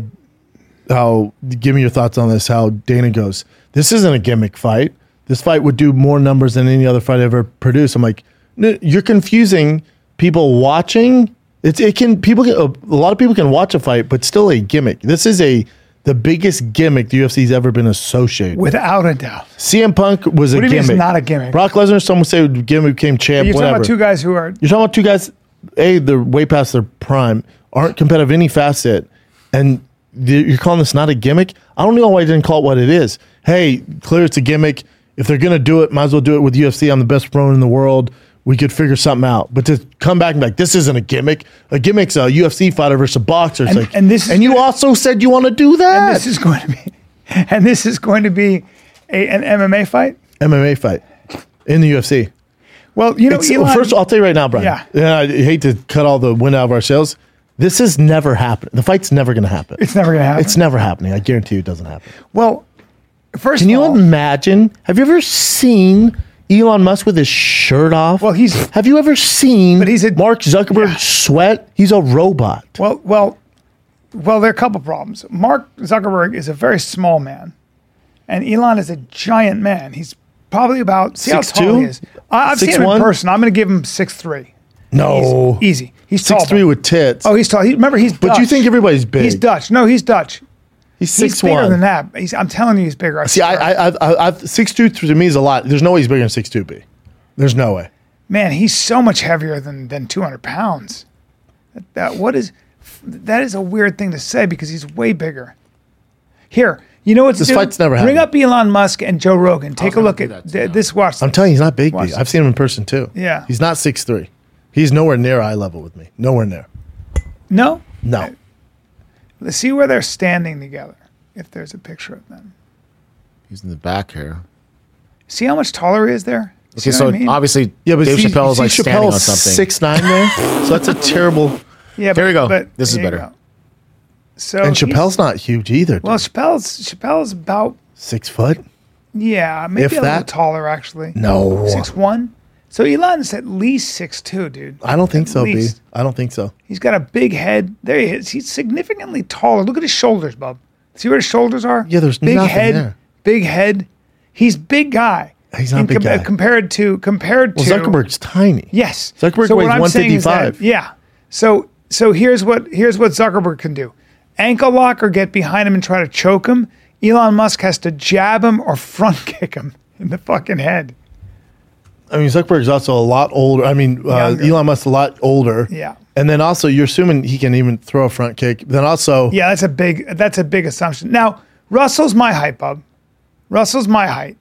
how give me your thoughts on this. How Dana goes, this isn't a gimmick fight. This fight would do more numbers than any other fight I've ever produced. I'm like, "No, you're confusing people watching. It's it can people can, a lot of people can watch a fight, but still a gimmick. This is a the biggest gimmick the UFC's ever been associated. with. Without a doubt. CM Punk was a do you mean gimmick. it's not a gimmick? Brock Lesnar, some would say, gimmick became champ. You're talking whatever. about two guys who are You're talking about two guys, A, they're way past their prime, aren't competitive in any facet, and th- you're calling this not a gimmick? I don't know why I didn't call it what it is. Hey, clear it's a gimmick. If they're gonna do it, might as well do it with UFC. I'm the best promoter in the world. We could figure something out. But to come back and be like, this isn't a gimmick. A gimmick's a UFC fighter versus a boxer. It's And- like, and this is and you gonna- also said you want to do that. This is going to be, and this is going to be a, an MMA fight. MMA fight in the UFC. Well, you know, It's- Elon- first, I'll tell you right now, Brian. Yeah. I hate to cut all the wind out of our sails. This has never happened. The fight's never going to happen. it's never going to happen. It's never happening. I guarantee you, it doesn't happen. well, first Can of you all, imagine? Have you ever seen Elon Musk with his shirt off? Well, he's- Have you ever seen? But he's a- Mark Zuckerberg sweat. He's a robot. well, well, well, there are a couple problems. Mark Zuckerberg is a very small man, and Elon is a giant man. He's probably about see how tall 6'2"? he is. I, I've seen him 6'1"? in person. I'm going to give him six three. No, easy. He's Oh. six three tall, with tits. Oh, he's tall. He, remember, he's. but you think everybody's big? he's Dutch? No, he's Dutch. He's He's six bigger one. than that. He's, I'm telling you, he's bigger. I See, swear. I, I, I've, I've, I've six two to me is a lot. There's no way he's bigger than six two B. There's no way. man, he's so much heavier than than 200 pounds. That, that what is that is a weird thing to say because he's way bigger. Here, you know what's This fight's never Bring up happened. Elon Musk and Joe Rogan. Take a gonna look do at that th- now. this. Watch. I'm telling you, he's not big. Watch B. I've seen him in person too. Yeah. he's not six three. He's nowhere near eye level with me. Nowhere near. no. No. Let's see where they're standing together. If there's a picture of them, He's in the back here. see how much taller he is there. See Okay, what so I mean? obviously, Yeah, but Dave see- Chappelle is see like standing on Chappelle's something. Six nine there, so that's a terrible. yeah. Here but, we go. but This is here you better. go. So And he's- Chappelle's not huge either. well, Well, Chappelle's Chappelle's about six foot. yeah, maybe If a little that- taller actually. No, six one. So Elon's at least six two, dude. I don't think At so, B. least. I don't think so. He's got a big head. There he is. He's significantly taller. Look at his shoulders, bub. See where his shoulders are? Yeah, there's big nothing head. there. Big head. He's big guy. He's not a In big com- guy. compared to compared Well, to Zuckerberg's tiny. Yes. Zuckerberg weighs what I'm saying is that- 155. Yeah. So so here's what here's what Zuckerberg can do. Ankle lock or get behind him and try to choke him. Elon Musk has to jab him or front kick him in the fucking head. I mean, Zuckerberg's also a lot older. I mean, uh, Younger. Elon Musk's a lot older. Yeah. And then also, you're assuming he can even throw a front kick. Then also, Yeah, that's a big that's a big assumption. Now, Russell's my height, bub. Russell's my height.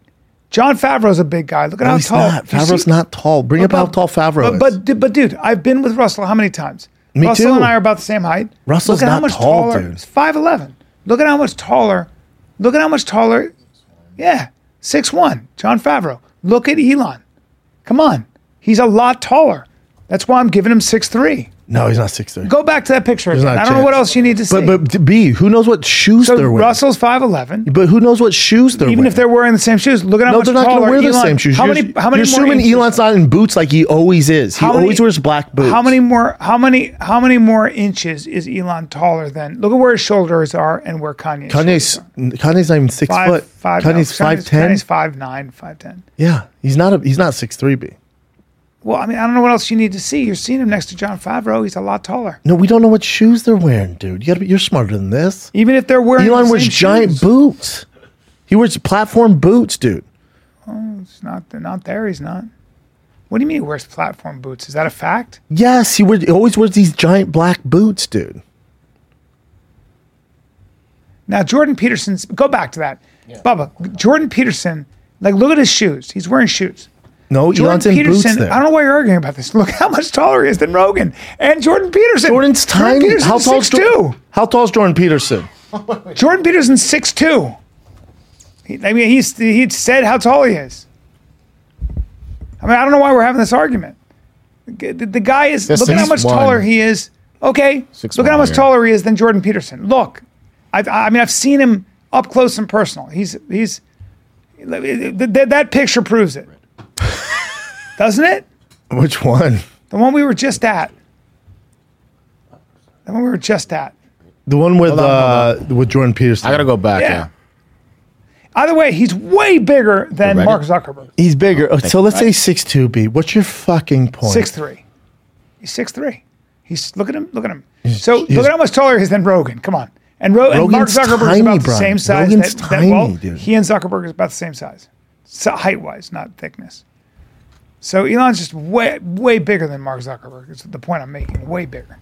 John Favreau's a big guy. Look at no, how oh, he's tall. not. you Favreau's see- not tall. Bring up how tall Favreau but, is. But, but dude, I've been with Russell how many times? Me Russell too. and I are about the same height. Russell's Look at how not much tall, taller. dude. He's five eleven. Look at how much taller. Look at how much taller. Yeah, six one. John Favreau. Look at Elon. Come on, he's a lot taller. That's why I'm giving him six three. no, he's not six three. Go back to that picture. Again. not a I don't know what chance. else you need to see. But but B, who knows what shoes so they're wearing? Russell's five eleven. But who knows what shoes they're Even wearing? if they're wearing the same shoes, look at how no, much they're not going to taller wear the Elon- same shoes. How You're- many? How many? You're more assuming inches? Elon's not in boots like he always is. He How many- always wears black boots. How many more? How many? How many more inches is Elon taller than? Look at where his shoulders are and where Kanye's. Kanye's shoulders are. Kanye's not even six five, foot. five. no, Kanye's five ten. Kanye's five nine, five ten. Yeah, he's not a he's not six three B. Well, I mean, I don't know what else you need to see. You're seeing him next to John Favreau. He's a lot taller. No, we don't know what shoes they're wearing, dude. You gotta be, you're smarter than this. Even if they're wearing Elon the wears same giant shoes. boots. He wears platform boots, dude. It's not not there. He's not. What do you mean he wears platform boots? Is that a fact? Yes, he, wears, he always wears these giant black boots, dude. Now Jordan Peterson's go back to that. Bubba, Jordan Peterson, like look at his shoes. He's wearing shoes. No, Jordan Elon's in Peterson, boots there. I don't know why you're arguing about this. Look how much taller he is than Rogan and Jordan Peterson. Jordan's tiny. Jordan Peterson's how tall is 6'2". Jor- How tall is Jordan Peterson? Jordan Peterson's 6'2". He, I mean, he's he said how tall he is. I mean, I don't know why we're having this argument. The, the guy is That's look at how much 6'1". taller he is. Okay, Six look at how one, much yeah. taller he is than Jordan Peterson. Look, I, I mean, I've seen him up close and personal. He's he's th- th- that picture proves it, doesn't it? Which one? The one we were just at. The one we were just at. The one with Hold on, uh, with Jordan Peterson. I gotta go back. Yeah. Yeah. Either way, he's way bigger than Reddit? Mark Zuckerberg. He's Oh, bigger. so let's say six two B. What's your fucking point? Six three. He's six three. He's look at him. Look at him. So he's- look at how much taller he is than Rogan. Come on. And, Ro- and Mark Rogan's Zuckerberg is tiny, about the Brian. same size. Rogan's that, tiny, that, well, dude. he and Zuckerberg is about the same size, so height wise, not thickness. So Elon's just way way bigger than Mark Zuckerberg. Is the point I'm making. Way bigger,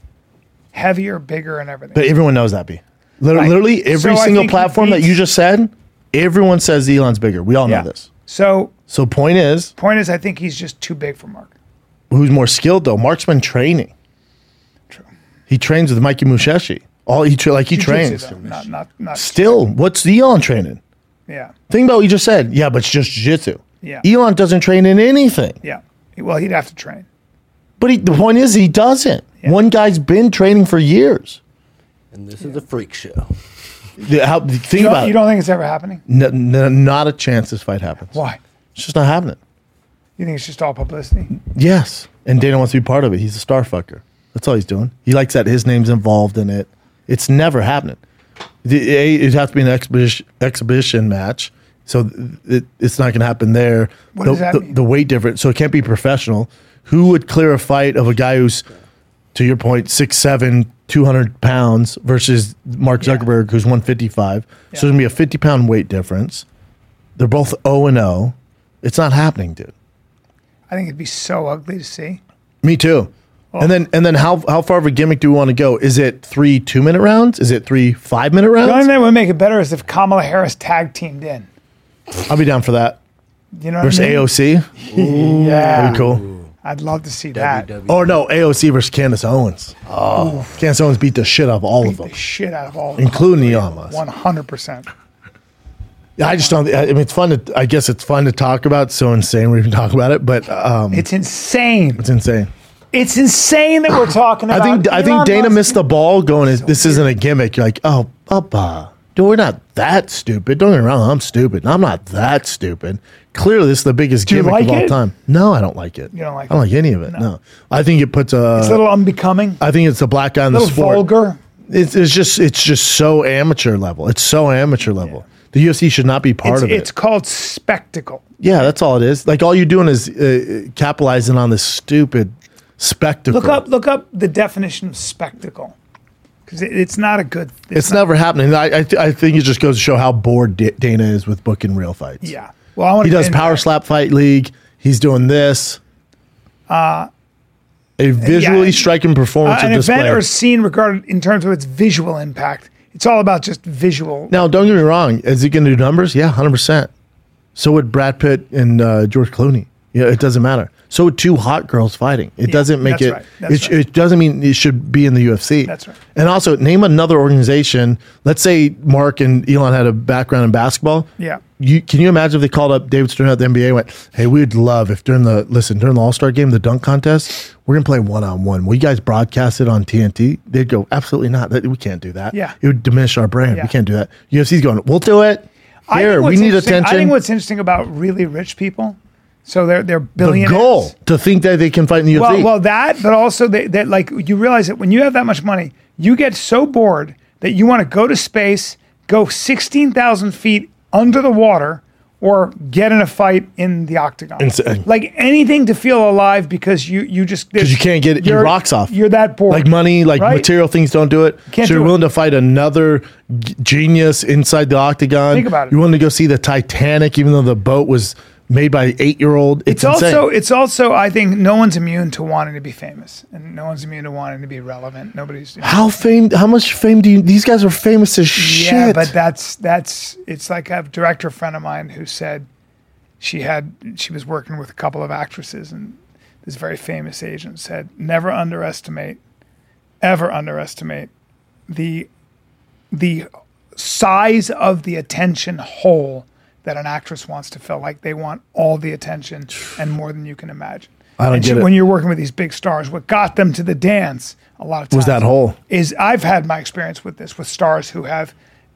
heavier, bigger, and everything. But everyone knows that B. Lit- Right. Literally every So I single think he platform that beats- you just said, everyone says Elon's bigger. We all Yeah. know this. So So point is, point is, I think he's just too big for Mark. who's more skilled though? Mark's been training. True. He trains with Mikey Musheshi. All he tra- like he Jiu-jitsu, trains. though, Not, not, not. Still, what's Elon training? Yeah, Think about what you just said. Yeah, but it's just jiu-jitsu. Yeah. Elon doesn't train in anything. yeah. Well, he'd have to train. But he, the point is, he doesn't. One guy's been training for years. And this is a freak show. The- how- think You about don't, you it. don't think it's ever happening? N- n- not a chance this fight happens. Why? It's just not happening. You think it's just all publicity? Yes. And Oh. Dana wants to be part of it. He's a star fucker. That's all he's doing. He likes that his name's involved in it. It's never happening. The- A, It'd have to be an exhibition, exhibition match. So it, it's not going to happen there. What the, does that the, mean? the weight difference. So it can't be professional. Who would clear a fight of a guy who's, to your point, 6'7, 200 pounds versus Mark Zuckerberg, who's 155? So there's going to be a 50 pound weight difference. They're both 0 and 0. It's not happening, dude. I think it'd be so ugly to see. Me too. Oh. And then and then how how far of a gimmick do we want to go? Is it three two minute rounds? Is it three five minute The only thing rounds? that would make it better is if Kamala Harris tag teamed in. I'll be down for that. You know what Versus I mean? AOC. Yeah, Pretty cool. I'd love to see that. WW. Or no, AOC versus Candace Owens. Oh. Candace Owens beat the shit out of all of Beat them, the shit out of all of them. including Elon Musk. One hundred percent. I just don't. I mean, it's fun to. I guess it's fun to talk about. It's so insane we can talk about it, but um, It's insane. it's insane. It's insane that we're talking about. I think I think Elon Dana Musk. missed the ball going. this isn't a gimmick. You're like, oh, papa, dude, we're not that stupid. Don't get me wrong, I'm stupid. I'm not that stupid. Clearly, this is the biggest you gimmick like of all it? time. No, I don't like it. You don't like I don't like any of it. No, I think it puts a. It's a little unbecoming. I think it's the black guy in the A little sport. vulgar. It's, it's just it's just so amateur level. It's so amateur level. The UFC should not be part It's, of it. it's called spectacle. yeah, that's all it is. Like all you're doing is uh, capitalizing on this stupid spectacle. Look up, look up the definition of spectacle, because it, it's not a good. It's never happening. I I, th- I think it just goes to show how bored D- Dana is with booking real fights. yeah. Well, I want he does power slap fight league. He's doing this. Uh a visually Uh, yeah. striking performance Uh, an of display. event or scene regarded in terms of its visual impact. It's all about just visual. now, don't get me wrong. Is he going to do numbers? Yeah, hundred percent. So would Brad Pitt and uh, George Clooney. Yeah, it doesn't matter. So would two hot girls fighting. It doesn't make that's it. right, that's it, sh- right. it doesn't mean it should be in the UFC. That's right. And also, name another organization. Let's say Mark and Elon had a background in basketball. Yeah. You, can you imagine if they called up David Stern at the NBA and went, Hey, we'd love if during the listen, during the All Star game, the dunk contest, we're gonna play one on one. Will you guys broadcast it on TNT? They'd go, Absolutely not. That, we can't do that. Yeah. It would diminish our brand. Yeah. We can't do that. UFC's going, We'll do it. I think Here, we what's need interesting- attention. I think what's interesting about really rich people, so they're they're the billionaires. goal to think that they can fight in the UFC. Well, well, that, but also that, that, like, you realize that when you have that much money, you get so bored that you want to go to space, go 16,000 feet under the water, or get in a fight in the octagon. Insane. Like anything to feel alive because you you just because uh, you can't get your rocks off. You're that bored. like money, like right? material things don't do it. Can't so you're do it. willing to fight another g- genius inside the octagon. Think about it. You're willing to go see the Titanic, even though the boat was made by an eight year old. It's, It's insane. also it's also I think no one's immune to wanting to be famous and no one's immune to wanting to be relevant. Nobody's how fame? How much fame do you? These guys are famous as shit. Yeah, but that's that's it's like a director friend of mine who said she had she was working with a couple of actresses and this very famous agent said never underestimate ever underestimate the the size of the attention hole that an actress wants to fill like they want all the attention and more than you can imagine. I don't and get it. When you're working with these big stars, what got them to the dance a lot of times Was that hole. is I've had my experience with this with stars who have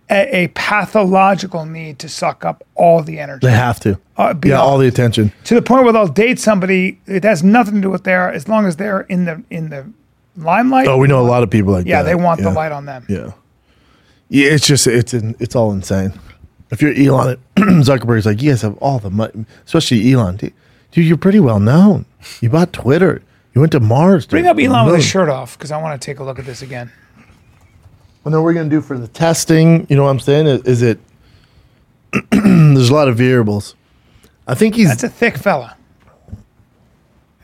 a, a pathological need to suck up all the energy they have to. Uh, yeah, beyond- all the attention. to the point where they'll date somebody. It has nothing to do with their as long as they're in the in the limelight. Oh, we know a lot of people like that. yeah, they want Yeah. the light on them. Yeah. Yeah, it's just it's in, it's all insane. If you're Elon Zuckerberg's like, you guys have all the money, especially Elon. Dude, dude, you're pretty well known. You bought Twitter. You went to Mars. Bring up Elon with his shirt off because I want to take a look at this again. Well, then we're gonna do for the testing. You know what I'm saying? Is, is it? there's a lot of variables. I think he's That's a thick fella.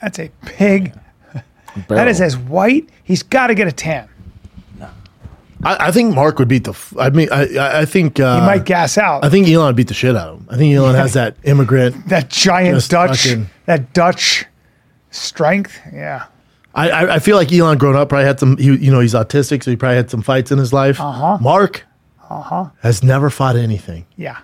That's a Oh. pig. That is as white. He's got to get a tan. I, I think Mark would beat the. f- I mean, I- I, I think uh, He might gas out. I think Elon beat the shit out of him. I think Elon has that immigrant. that giant Just Dutch, fucking- that Dutch strength. Yeah. I, I, I feel like Elon growing up probably had some. He, you know, he's autistic, so he probably had some fights in his life. Uh-huh. Mark Uh-huh. has never fought anything. Yeah.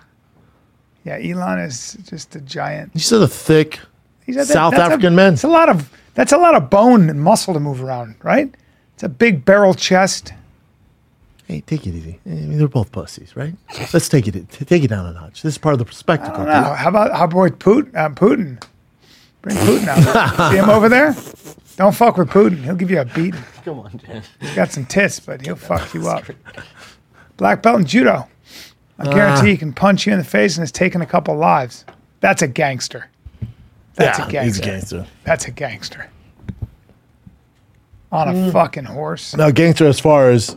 Yeah. Elon is just a giant. He's just a thick. He's a- South that's a- African man. It's a lot of, that's a lot of bone and muscle to move around, right? It's a big barrel chest. Hey, take it easy. I mean, they're both pussies, right? Let's take it t- take it down a notch. This is part of the spectacle. dude. Wow, how about how about Putin? Uh, Putin, bring Putin out. See him over there. Don't fuck with Putin. He'll give you a beating. Come on, Dan. He's got some tits, but he'll fuck you up. Black belt in judo. I guarantee Ah. he can punch you in the face and has taken a couple lives. That's a gangster. That's a he's gangster. a gangster. That's a gangster. On a fucking horse. Now, gangster as far as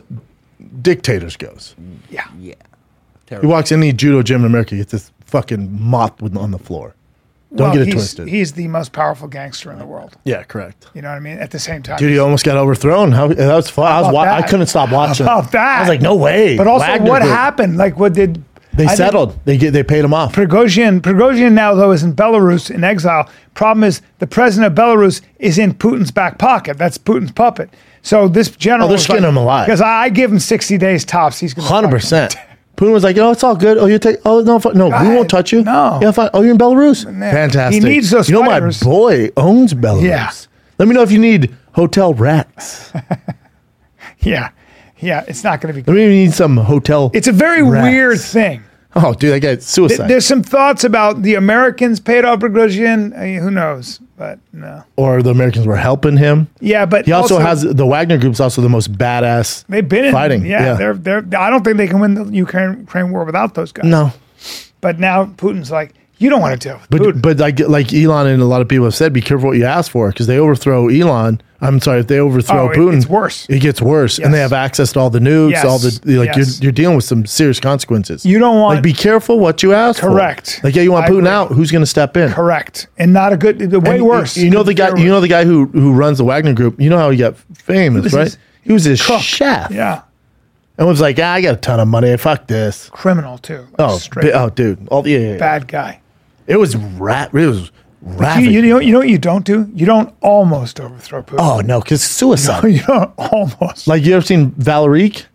dictators goes. Yeah. Yeah. He Terrible. walks in any judo gym in America, he gets this fucking mop with- on the floor. Don't well, get it he's, twisted. He's the most powerful gangster in the world. yeah, correct. You know what I mean? At the same time. Dude, he almost got overthrown. How that was fun. I was about wa- I that? couldn't stop watching. about that? I was like, no way. but also, Wagner what did. happened? Like, what did They I think- settled. They get they paid him off. Prigozhin, Prigozhin now though is in Belarus in exile. Problem is the president of Belarus is in Putin's back pocket. That's Putin's puppet. So this general, Oh, they're skinning him alive. because I, I give him sixty days tops. He's gonna Hundred fuck- percent. Putin was like, "Oh, it's all good. Oh, you take. Oh, no, fu- no, we won't touch you. no. yeah, fine. Oh, you're in Belarus. Fantastic. He needs those You know, fighters. my boy owns Belarus. Yeah. Let me know if you need hotel rats. Yeah, yeah. It's not going to be. Let good. me need some hotel. It's a very rats. weird thing. Oh, dude, that guy's suicide. There's some thoughts about the Americans paid off Prigozhin. I mean, who knows? But no. or the Americans were helping him. Yeah, but He also, has the Wagner group's also the most badass. They've been in, fighting. Yeah, Yeah. they're they're. I don't think they can win the Ukraine Ukraine war without those guys. no, But now Putin's like, you don't want to deal with but Putin. but like like Elon and a lot of people have said, be careful what you ask for because they overthrow Elon. I'm sorry, if they overthrow Oh, it- Putin, it's worse. It gets worse, and they Yes. have access to all the nukes, Yes. all the like Yes. you're you're dealing with some serious consequences. You don't want- like be careful what you ask. for. Correct. Like yeah, you want I Putin agree. out? Who's going to step in? Correct, and not a good. Way And you- worse. You, know the guy. You know the guy who who runs the Wagner Group. You know how he got famous, was right? his he was his cook. chef, yeah, and was like, ah, I got a ton of money. Fuck this. criminal too. Like Oh, straight bi- oh, dude. All yeah, yeah, yeah. bad guy. It was rat. It was You, ravaging. you know, you know what you don't do. You don't almost overthrow Putin. oh no, because suicide. You don't almost. Like you ever seen Valerique?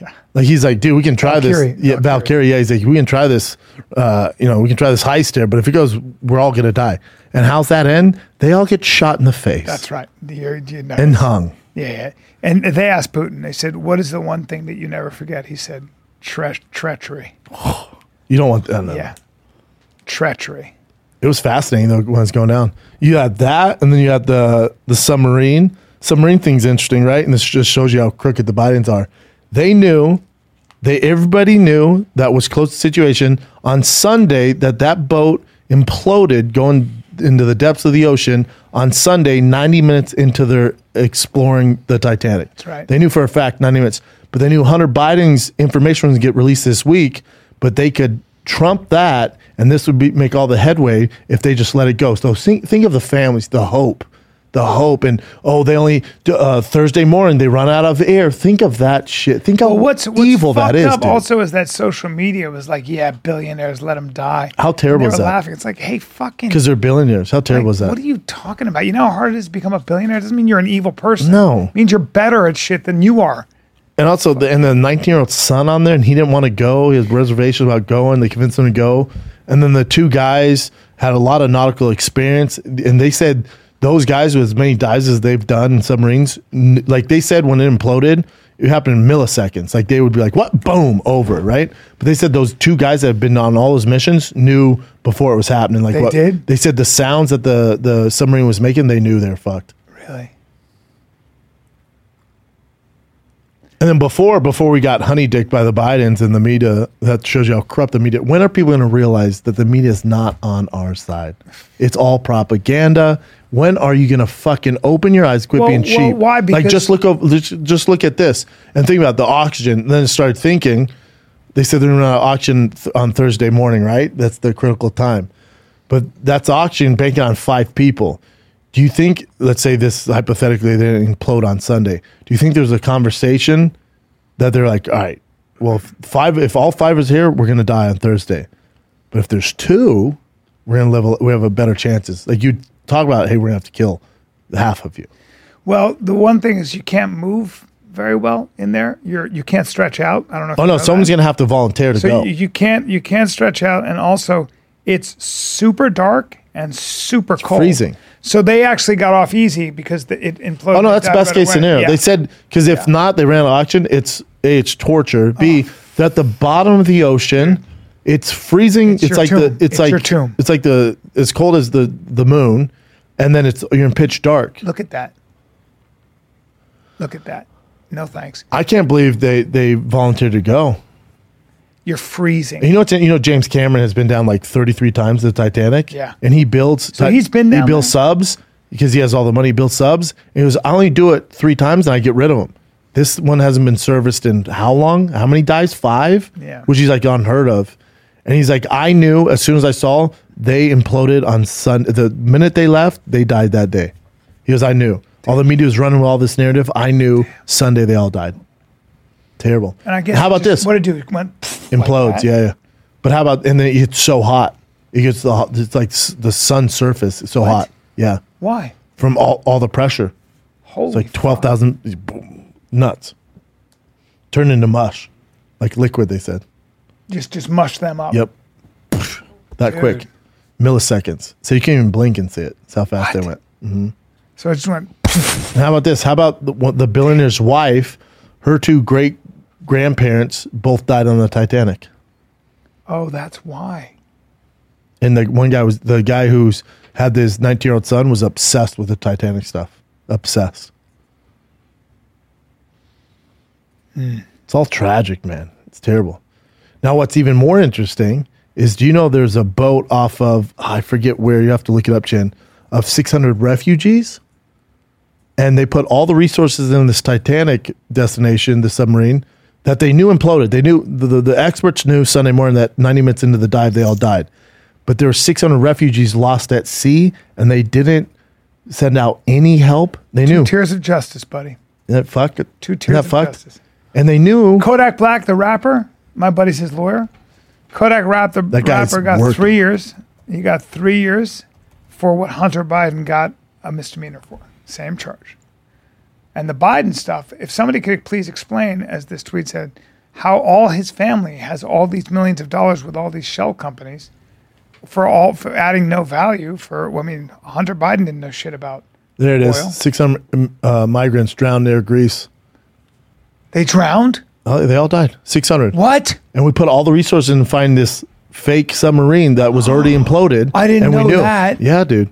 Yeah. Like he's like, dude, we can try Valkyrie. this. Yeah, Valkyrie. Yeah, he's like, we can try this. Uh, you know, we can try this heist here. But if it goes, we're all gonna die. And how's that end? They all get shot in the face That's right. You're, you know, and hung. yeah, yeah. And they asked Putin. They said, "What is the one thing that you never forget?" He said, Tre- "Treachery." You don't want that. No. Yeah, treachery. It was fascinating though when it's going down. You had that, and then you had the the submarine. Submarine thing's interesting, right? And this just shows you how crooked the Bidens are. They knew, they everybody knew that was close to the situation on Sunday that that boat imploded going into the depths of the ocean on Sunday, ninety minutes into their exploring the Titanic. That's right. They knew for a fact ninety minutes, but they knew Hunter Biden's information was going to get released this week, but they could trump that and this would be, make all the headway if they just let it go so think, think of the families the hope the hope and oh they only uh, thursday morning they run out of air think of that shit think how But what's, what's evil that fucked is Up dude. also, is that social media was like, yeah, billionaires let them die. How terrible and is they were that? Laughing, it's like, hey, fucking. because they're billionaires how terrible is that What are you talking about? You know how hard it is to become a billionaire. It doesn't mean you're an evil person. No. it means you're better at shit than you are. and also the, and the 19 year old son on there and he didn't want to go he had reservations about going they convinced him to go and then the two guys had a lot of nautical experience and they said those guys with as many dives as they've done in submarines n- like they said when it imploded it happened in milliseconds like they would be like what boom over right but they said those two guys that have been on all those missions knew before it was happening like They what did? they said the sounds that the the submarine was making they knew they were fucked Really? And then before before we got honey dicked by the Bidens and the media, that shows you how corrupt the media. When are people going to realize that the media is not on our side? It's all propaganda. When are you going to fucking open your eyes, quit Well, being well, cheap? why? like Because- just look over, just- just look at this and think about the oxygen. And then start thinking. They said they're going to auction th- on Thursday morning, right? That's the critical time. But that's auction banking on five people. Do you think, let's say this hypothetically, they implode on Sunday? Do you think there's a conversation that they're like, all right, well, if five. If all five is here, we're gonna die on Thursday. But if there's two, we're gonna level. We have a better chances. Like you talk about, hey, we're gonna have to kill half of you. Well, the one thing is you can't move very well in there. You're you can't stretch out. I don't know. If Oh no, someone's gonna have to volunteer to So go. you, you can't you can't stretch out, and also it's super dark and super cold, freezing. So they actually got off easy because the, it imploded. Oh no, that's that best better case way. scenario. Yeah. Oh. They said because if not, they ran an auction. It's a it's torture. B they're at the bottom of the ocean. It's freezing. It's, your like the tomb. it's, It's like your tomb. it's like the as cold as the the moon, and then it's you're in pitch dark. look at that. Look at that. No thanks. I can't believe they they volunteered to go. You're freezing. You know it's you know James Cameron has been down like 33 times the Titanic. Yeah. and he builds. So he's been He down builds there. subs because he has all the money. He builds subs. And he goes, I only do it three times and I get rid of them. This one hasn't been serviced in how long? How many dies? Five. Yeah. which is like unheard of. And he's like, I knew as soon as I saw they imploded on Sun. The minute they left, they died that day. He goes, I knew. All the media was running with all this narrative. I knew Sunday they all died. Terrible. and I guess how it about just- this? What did it do? It went pfft, like implodes. that. yeah, yeah. But how about and then it's so hot. It gets the hot- it's like s- the sun surface. It's so hot. Yeah, Why? from all all the pressure. Holy. It's like twelve thousand boom, nuts. Turned into mush, like liquid. They said. Just just mush them up. Yep. That Dude. quick, milliseconds. So you can't even blink and see it. That's how fast they went. So it just went. And how about this? How about the, one- the billionaire's wife? Her two great grandparents both died on the Titanic. Oh, that's why. And the one guy was the guy who's had this 19 year old son was obsessed with the Titanic stuff. Obsessed. It's all tragic, man. It's terrible. Now, what's even more interesting is do you know there's a boat off of, ah, I forget where, you have to look it up, Jen, of 600 refugees? And they put all the resources in this Titanic destination, the submarine, that they knew imploded. They knew, the, the, the experts knew Sunday morning that 90 minutes into the dive, they all died. But there were 600 refugees lost at sea, and they didn't send out any help. They knew. Tears of justice, buddy. Isn't that fucked? Two Isn't tears that of fucked? justice. And they knew. Kodak Black, the rapper, my buddy's his lawyer. Kodak Rap, the That guy's rapper, got working. three years. He got three years for what Hunter Biden got a misdemeanor for. Same charge. And the Biden stuff, if somebody could please explain, as this tweet said, how all his family has all these millions of dollars with all these shell companies for all for adding no value for well, I mean Hunter Biden didn't know shit about There it is. Oil. 600 um, uh, migrants drowned near Greece. they drowned? Oh, they all died. 600. What? And we put all the resources in to find this fake submarine that was already imploded. I didn't and know that. Yeah, dude.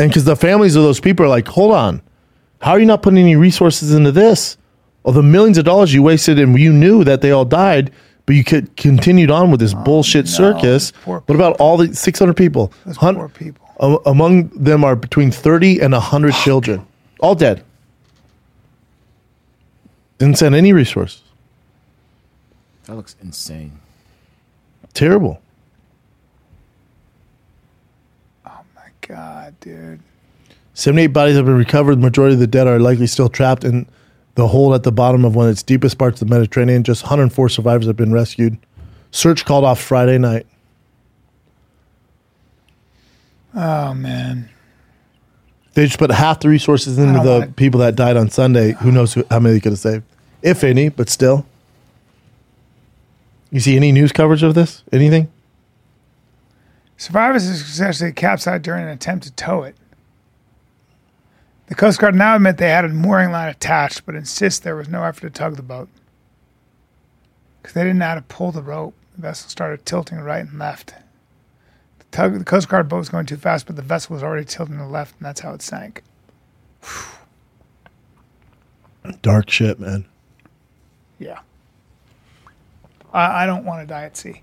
And because the families of those people are like, hold on, how are you not putting any resources into this? All the millions of dollars you wasted, and you knew that they all died, but you could continued on with this bullshit circus. Oh, Poor What about all the 600 people? Those Hun- poor people. a- among them are between 30 and 100 children, all dead. Didn't send any resources. That looks insane. Terrible. My God, dude. 78 bodies have been recovered. The majority of the dead are likely still trapped in the hole at the bottom of one of its deepest parts of the Mediterranean. Just 104 survivors have been rescued. Search called off Friday night. Oh man. They just put half the resources I into don't the wanna- people that died on Sunday. Who knows who, how many they could have saved, if any, but still. You see any news coverage of this? Anything? Survivors successfully capsized during an attempt to tow it. The Coast Guard now admit they had a mooring line attached, but insists there was no effort to tug the boat. Because they didn't know how to pull the rope. The vessel started tilting right and left. The, tug, the Coast Guard boat was going too fast, but the vessel was already tilting to the left, and that's how it sank. Dark shit, man. Yeah. I, I don't want to die at sea.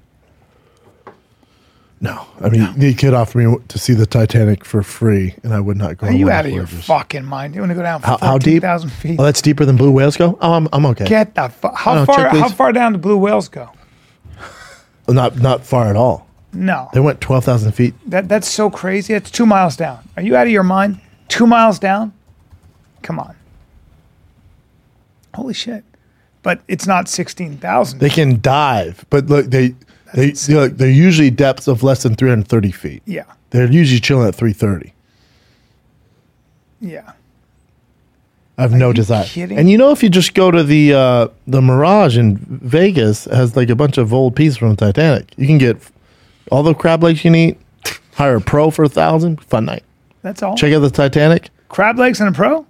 No, I mean, they could offer me to see the Titanic for free, and I would not go. Are on you one out of your Voyager's. fucking mind? You want to go down How- how deep? 14,000 feet? Oh, that's deeper than blue whales go. Oh, I'm, I'm okay. Get the fu- how I don't far? check these. How far down do blue whales go? Not not far at all. No, They went twelve thousand feet. that that's so crazy. It's two miles down. Are you out of your mind? Two miles down? Come on. Holy shit! but it's not 16,000. They can dive, but look, they they look, they're usually depths of less than 330 feet. Yeah. They're usually chilling at 330. Yeah. I have no desire. kidding? And you know, if you just go to the uh, the Mirage in Vegas, it has like a bunch of old pieces from Titanic. You can get all the crab legs you need. Hire a pro for a thousand. Fun night. That's all. Check out the Titanic. crab legs and a pro?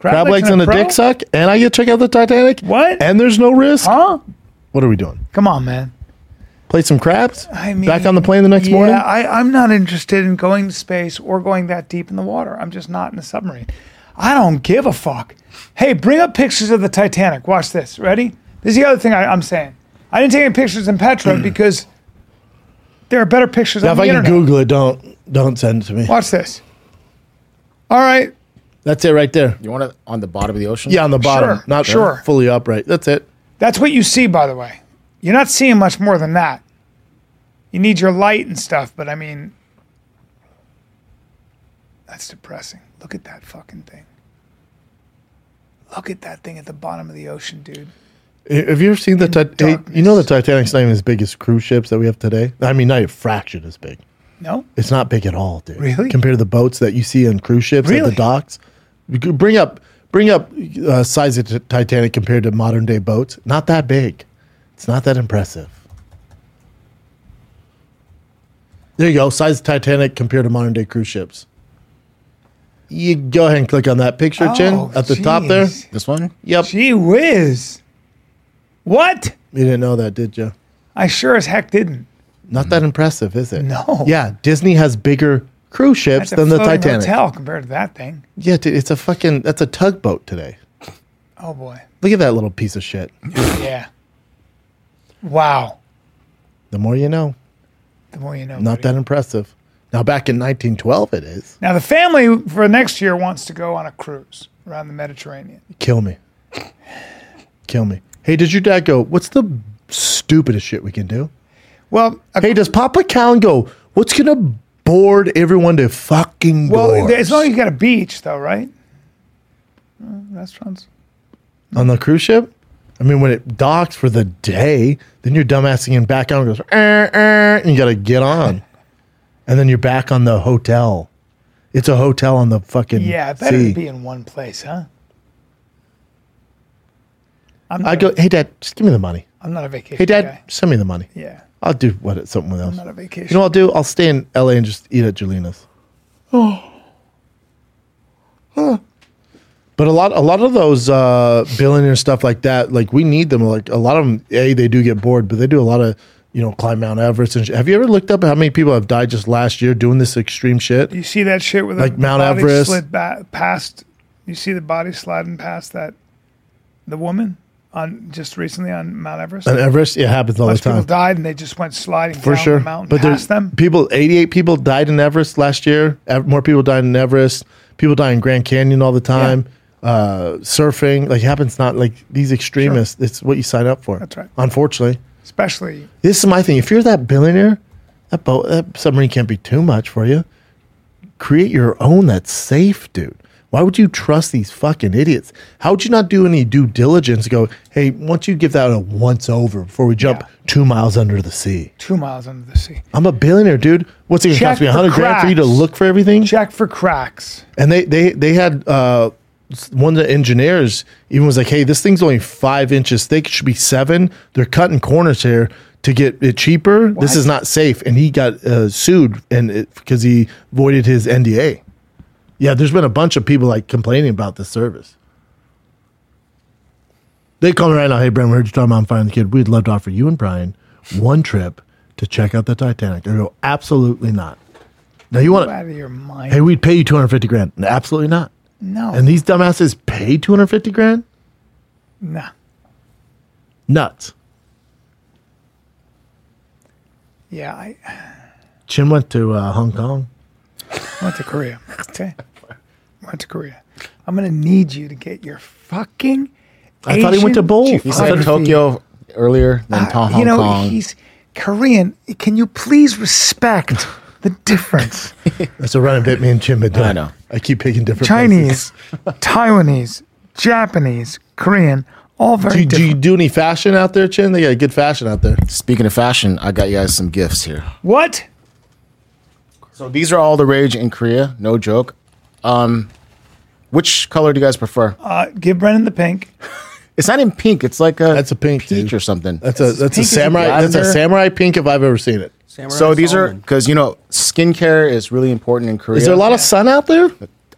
Crab, legs, and a, pro? dick suck, and I get to check out the Titanic. What? And there's no risk. Huh? What are we doing? Come on, man. Play some crabs. I mean, back on the plane the next yeah, morning. I, I'm not interested in going to space or going that deep in the water. I'm just not in a submarine. I don't give a fuck. Hey, bring up pictures of the Titanic. Watch this. Ready? This is the other thing I, I'm saying. I didn't take any pictures in Petra because there are better pictures Now, if on the I can internet. Google it, don't don't send it to me. Watch this. All right. That's it right there. You want it on the bottom of the ocean? Yeah, on the bottom, Sure, not sure. fully upright. That's it. That's what you see, by the way. You're not seeing much more than that. You need your light and stuff, but I mean, that's depressing. Look at that fucking thing. Look at that thing at the bottom of the ocean, dude. Have you ever seen the Titanic? darkness. You know the Titanic's not even as big as cruise ships that we have today. I mean, not a fraction as big. No? It's not big at all, dude. Really? Compared to the boats that you see on cruise ships at Really? the docks, You could bring up bring up uh, size of t- Titanic compared to modern day boats. Not that big. It's not that impressive. There you go. Size of Titanic compared to modern day cruise ships. You go ahead and click on that picture, Chin, Oh, at the top there. jeez. This one? Yep. Gee whiz. What? You didn't know that, did you? I sure as heck didn't. Not that impressive, is it? Mm. No. Yeah, Disney has bigger cruise ships That's a than the floating Titanic. hotel compared to that thing. Yeah, dude, it's a fucking that's a tugboat today. Oh, boy. Look at that little piece of shit. Yeah. Wow. The more you know. The more you know. Not buddy. that impressive. Now back in 1912, it is. Now the family for next year wants to go on a cruise around the Mediterranean. Kill me. Kill me. Hey, did your dad go? What's the stupidest shit we can do? Well, a, Hey, does Papa Cowan go? What's gonna board everyone to fucking well, doors as long as you got a beach, though, right? Mm, restaurants. on the cruise ship? I mean, when it docks for the day, then your dumbass can back out and goes, "Eh, eh," and you gotta get on, and then you're back on the hotel. It's a hotel on the fucking Yeah, better sea. to be in one place, huh? I'm not, I go, hey dad, just give me the money. a, I'm not a vacation Hey dad, guy. send me the money. Yeah, I'll do what something else. not a vacation. You know what I'll do? I'll stay in LA and just eat at Julina's. Oh. But a lot, a lot of those uh, billionaire stuff like that, like we need them. Like a lot of them, a they do get bored, but they do a lot of you know climb Mount Everest. And sh- have you ever looked up how many people have died just last year doing this extreme shit? you see that shit with Like the Mount body Everest. slid ba- past. You see the body sliding past that the woman on just recently on Mount Everest. And Everest, it happens all the Most people time. died and they just went sliding for down sure. the mountain but there's past them. people. Eighty-eight people died in Everest last year. Ev- More people died in Everest. People die in Grand Canyon all the time. Uh, surfing, like it happens. Not like these extremists. It's what you sign up for. That's right. Unfortunately, Especially this is my thing. If you're that billionaire, that boat, that submarine can't be too much for you. Create your own that's safe, dude. Why would you trust these fucking idiots? How would you not do any due diligence? Go, hey, why don't you give that a once over before we jump Yeah. two miles under the sea? two miles under the sea. I'm a billionaire, dude. What's it gonna Check cost me? for hundred grand for you to cracks. look for everything? Check for cracks. And they they they had uh, s- one of the engineers even was like, "Hey, this thing's only five inches thick. It should be seven. They're cutting corners here to get it cheaper. This is not safe." And he got uh, sued and because he voided his NDA. Yeah, there's been a bunch of people like complaining about this service. They call me right now. Hey, Brian, we heard you talking about I'm firing the kid. We'd love to offer you and Brian one trip to check out the Titanic. They go, absolutely not. Now you want Out of your mind. hey, we'd pay you 250 grand. No, absolutely not. no. And these dumbasses pay 250 grand? nah. Nuts. Yeah, I Chin went to uh, Hong Kong. went to Korea. Okay. Went to Korea. I'm gonna need you to get your fucking I thought he went to Asian both. He said Geography. Tokyo earlier than Uh, Hong you know, Kong. he's Korean. Can you please respect the difference? That's a run-up that me and Chin been doing. I know. I keep picking different places. Chinese, Taiwanese, Japanese, Korean, All very Do you, do different. you do any fashion out there, Chin? They got good fashion out there. Speaking of fashion, I got you guys some gifts here. what? So these are all the rage in Korea, no joke. Um, which color do you guys prefer? Uh, give Brennan the pink. It's not in pink. It's like a That's a pink, peach dude. or something. That's a that's a pink is samurai that's a lavender. samurai pink if I've ever seen it. Samurai so these are Salmon. because you know skincare is really important in Korea. Is there a lot of sun out there?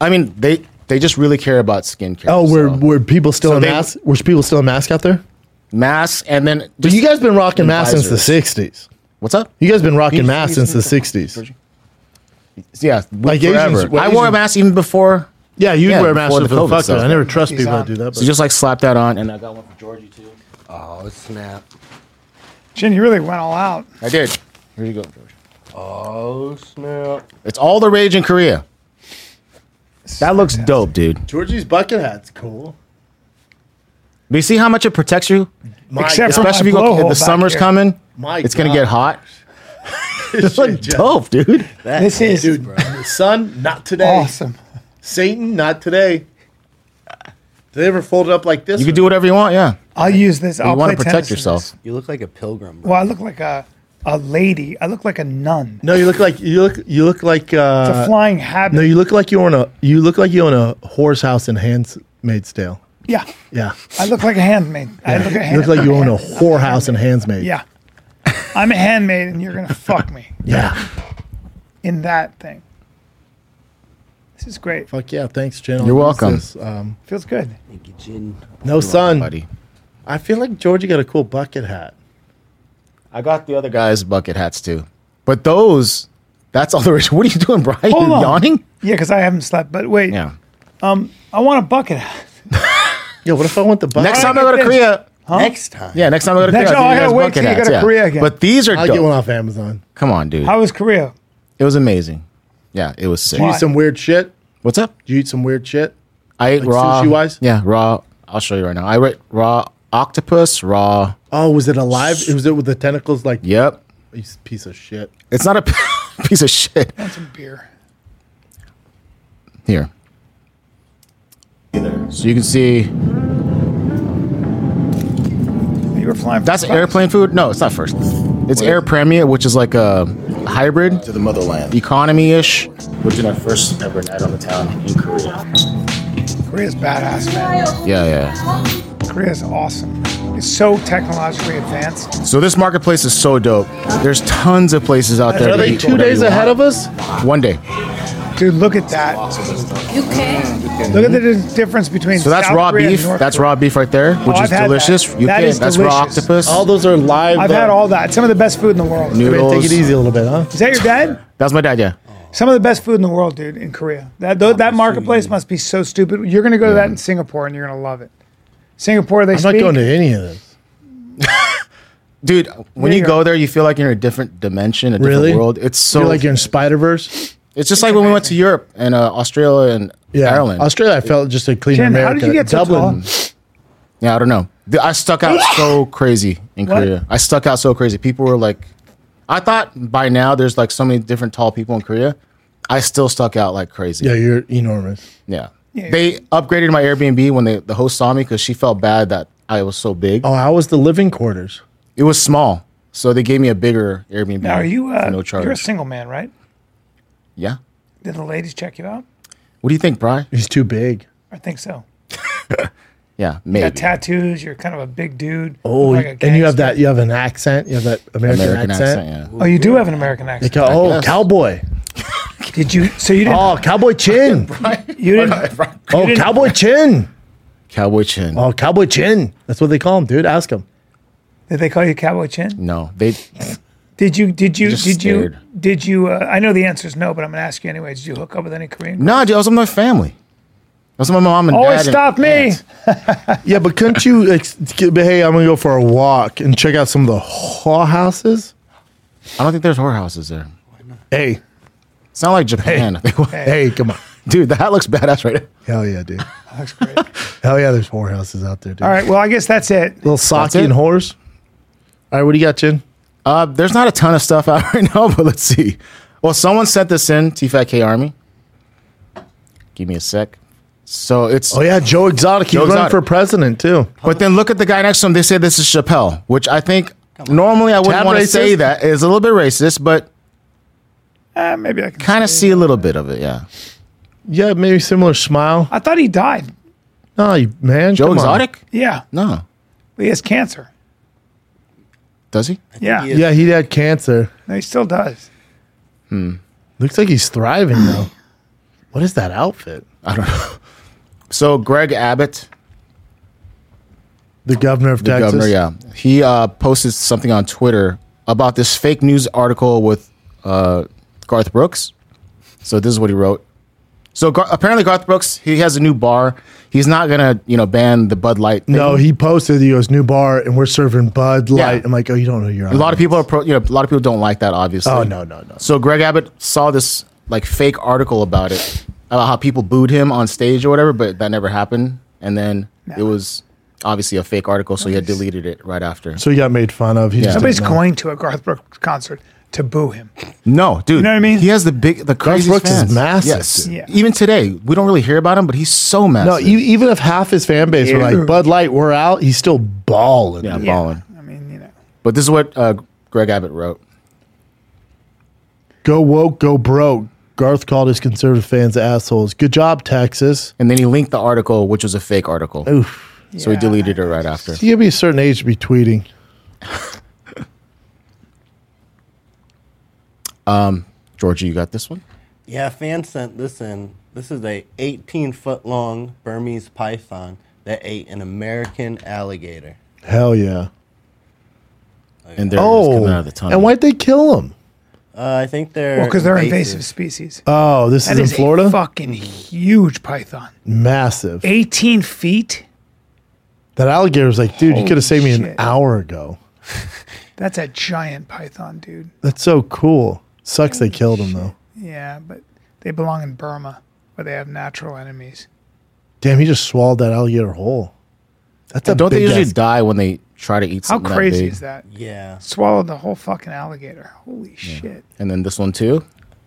I mean, they they just really care about skincare. Oh, were so. were people still so in they- mask? Were people still in mask out there? masks and then But you guys been rocking masks since the Visors. '60s. What's up? You guys been rocking Can you- masks can you since the see '60s. Yeah, we- Like Asians- forever. well, I wore a Asian- mask even before. Yeah, you Yeah, wear masks before for the the COVID fuck. though. stuff. I never trust people on. that do that. So but- just like slap that on, and I got one for Georgie too. Oh, snap. Jen, you really went all out. I did. Here you go, Georgie. Oh, snap. It's all the rage in Korea. That looks dope, dude. Georgie's bucket hat's cool. Do you see how much it protects you? My Except for God. Especially if you go. blowhole if The back summer's here. coming. My it's gonna God. get hot. This Look shit, Jeff. dope, dude. This is dude. the sun, not today. awesome. Satan, not today. Do they ever fold it up like this? You can do whatever you want. Yeah. I'll use this. I'll You want to play protect tennis in yourself. this. You look like a pilgrim. Bro. Well, I look like a a lady. I look like a nun. No, you look like you look you look like It's a uh, flying habit. no, you look like you own a you look like you own a horse house in Handmaid's Tale. yeah, Yeah, I look like a handmaid. I look, a you look hand, like you own a whorehouse in Handmaid. Yeah, I'm a handmaid, and you're gonna fuck me yeah. in that thing. This is great. Fuck yeah! Thanks, Jen. You're welcome. Um, Feels good. Thank you, Jin. no Mm. sun. buddy. I feel like Georgie got a cool bucket hat. I got the other guys' bucket hats too, but those. That's all the rage. What are you doing, Brian? Hold You're on. yawning. Yeah, because I haven't slept. But wait, Yeah. I want a bucket hat. Yeah, what if I want the bucket? Next hat? time I go to get this. Korea. Next time. Yeah, next time I go to Next Korea. time, I'll I give you gotta guys wait bucket till you hats, go to Korea again. But these are I'll dope. get one off Amazon. Come on, dude. How was Korea? It was amazing. Yeah, it was sick. Do you Why? eat some weird shit? What's up? Do you eat some weird shit? I ate raw. sushi-wise? Yeah, raw. I'll show you right now. I ate raw octopus, raw. Oh, was it alive? It was it with the tentacles like Yep. you piece of shit. It's not a piece of shit. I want some beer. Here. So you can see You were flying. that's airplane. airplane food. No, it's not first. It's Air Premier, which is like a hybrid to the motherland. economy ish. Which is my first ever night on the town in Korea. Korea's badass, man. Yeah, yeah. Korea's awesome. It's so technologically advanced. So this marketplace is so dope. There's tons of places out there. Are to they eat two whatever days you ahead of want. us? One day. Dude, look at that. Look at the di- difference between So that's South raw Korea and beef. North That's Korea. Oh, raw beef right there, which I've is had that. delicious. You That can. is That's raw delicious. octopus. All those are live. I've uh, had all that. Some of the best food in the world. I mean, noodles. Take it easy a little bit, huh? Is that your dad? That's my dad. Yeah. Some of the best food in the world, dude, in Korea. That tho- that marketplace must be so stupid. You're gonna go to that in Singapore and you're gonna love it. Singapore, they I'm not speak. going to any of this. Dude, when Yeah, you you're- go there, you feel like you're in a different dimension, a Really? different world. It's so You're like you're in Spider Verse. It's just like when we went to Europe and uh, Australia and Ireland. Australia. I felt just a clean Jen, America. how did you get so Dublin? yeah, I don't know. Th- I stuck out so crazy in What? Korea. I stuck out so crazy. People were like, I thought by now there's like so many different tall people in Korea. I still stuck out like crazy. Yeah, you're enormous. Yeah. Yeah. They upgraded my Airbnb when they, the host saw me because she felt bad that I was so big. Oh, how was the living quarters? It was small. So they gave me a bigger Airbnb. Now, are you? Uh, for no You're a charge. single man, right? yeah. Did the ladies check you out? What do you think, Bry? He's too big. I think so. Yeah, maybe. You got tattoos. You're kind of a big dude. Oh, like a and you gangster. have that. You have an accent. You have that American, American accent. accent, yeah. Oh, you do have an American They accent. call- oh, guess. cowboy. Did you? So you didn't? Oh, cowboy chin. you didn't? Oh, didn't- cowboy chin. Cowboy chin. Oh, cowboy chin. That's what they call him, dude. Ask him. Did they call you Cowboy Chin? No, they Did you? Did you? just Did stared. you? Did you? Uh, I know the answer is no, but I'm gonna ask you anyway. Did you hook up with any Korean? no. Dude, I was with my family. I was with my mom and Always dad. and stop me. aunt. Yeah, but couldn't you? Ex- but hey, I'm gonna go for a walk and check out some of the whorehouses. I don't think there's whorehouses there. Hey, It's not like Japan. hey, come on. Dude, that looks badass right now. Hell yeah, dude. Hell yeah, there's whorehouses out there, dude. All right. Well, I guess that's it. Little sake it? and whores. All right, what do you got, Chin? Uh, there's not a ton of stuff out right now, but let's see. Well, someone sent this in, T Fat K Army. Give me a sec. So it's. Oh yeah, Joe Exotic. He's Joe running Exotic. for president too. But then look at the guy next to him. They say this is Chappelle, which I think normally I wouldn't Tad want to racist? say that. It's a little bit racist, but Eh, maybe I can. kind of see a little bit of it. Yeah. Yeah, maybe similar smile. I thought he died. No, you- man. Joe come on. Exotic? Yeah, No. he has cancer. Does he? Yeah, he he, Yeah, he had cancer. he still does. Looks like he's thriving though. What is that outfit? So Greg Abbott, The governor of the Texas. governor, yeah, he uh, posted something on Twitter about this fake news article with uh, Garth Brooks. So this is what he wrote. So Gar- apparently Garth Brooks, he has a new bar. He's not gonna, you know, ban the Bud Light. Thing. No, he posted. He goes new bar, and we're serving Bud Light. I'm like, oh, you don't know your. a lot of people are, pro- you know, a lot of people don't like that. Obviously. Oh no, no, no. So Greg Abbott saw this like fake article about it, about how people booed him on stage or whatever, but that never happened. And then it was obviously a fake article, so he had deleted it right after. So he got made fun of. He just Nobody's Somebody's didn't know. going to a Garth Brooks concert to boo him. No, dude. You know what I mean? He has the big, the crazy. Brooks is massive, Yes. dude. Yeah. Even today, we don't really hear about him, but he's so No, massive. e- even if half his fan base were like Dude. Bud Light, we're out. He's still balling. yeah, dude. balling. I mean, you know, But this is what uh, Greg Abbott wrote. Go woke, go broke. Garth called his conservative fans assholes. Good job, Texas. And then he linked the article, which was a fake article. Oof. So he deleted it right after. You gotta be a certain age to be tweeting. Georgia, you got this one? Yeah, fan sent this in. This is a 18 foot long Burmese python that ate an American alligator. Hell yeah. And there it is Oh, coming out of the tunnel. and why'd they kill him? Uh, I think they're well, because they're invasive species. Oh, this is That in is a Florida? fucking huge python, Massive. eighteen feet. That alligator was like, dude, you could have saved me an shit. hour ago. That's a giant python, dude. That's so cool. Sucks they killed him, though. Yeah, but they belong in Burma, where they have natural enemies. Damn, he just swallowed that alligator whole. That's a Don't they big usually ass- die when they try to eat How something? crazy is is that? Yeah, Swallowed the whole fucking alligator. Holy shit! And then this one too.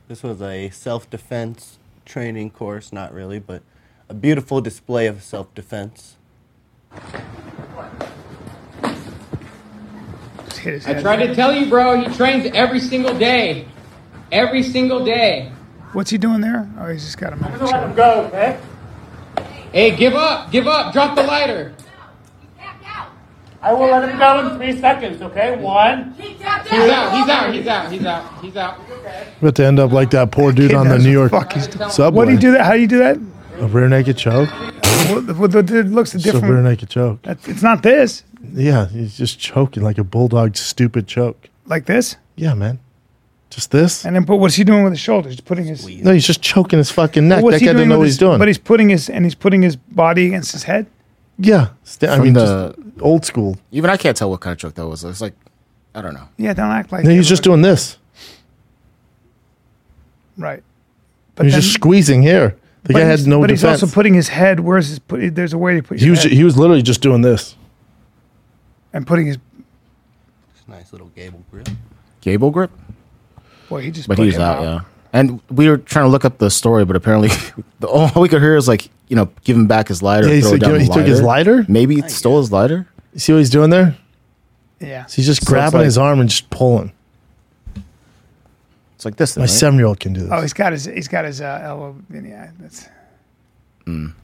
this was a self defense training course, not really, but a beautiful display of self defense. Just hit his I head. tried to tell you, bro, he trains every single day. Every single day. What's he doing there? Oh, he's just got him. on the chair. Hey, give up, give up, drop the lighter. I will let him go in three seconds, okay? One. He's out, he's out, he's out, he's out, he's out. About to end up like that poor dude Kid on the knows New York what the Fuck he's doing. subway. What do you do that? How do you do that? A rear naked choke? What, what, what- it looks It's a rear different. naked choke. That's- It's not this. Yeah, he's just choking like a bulldog, stupid choke. Like this. Yeah, man. Just this? And then, but what's he doing with his shoulders? He's putting his. No, he's just choking his fucking neck. What's that guy doesn't know with what his- he's doing. But he's putting his and he's putting his body against his head. yeah. Sta- I From mean, the- just old school. Even I can't tell what kind of joke that was. It's like, I don't know. Yeah, don't act like. No, he's just doing everybody- this. right. But He's then- just squeezing here. The but guy had he's- no But defense. he's also putting his head. Where's his? Put, there's a way to put. he, your was, head he was literally just doing this. and putting his. It's a nice little gable grill. Gable grip, Boy, he just. but put he's him out. Yeah. And we were trying to look up the story, but apparently, the, all we could hear is like, you know, give him back his lighter. Yeah, he throw said, down you know, the he took his lighter? Maybe he stole his lighter. You see what he's doing there? Yeah. He's just it's grabbing like- his arm and just pulling. It's like this. Then, My right? seven year old can do this. Oh, he's got his. He's got his uh, elbow. Yeah, that's. I don't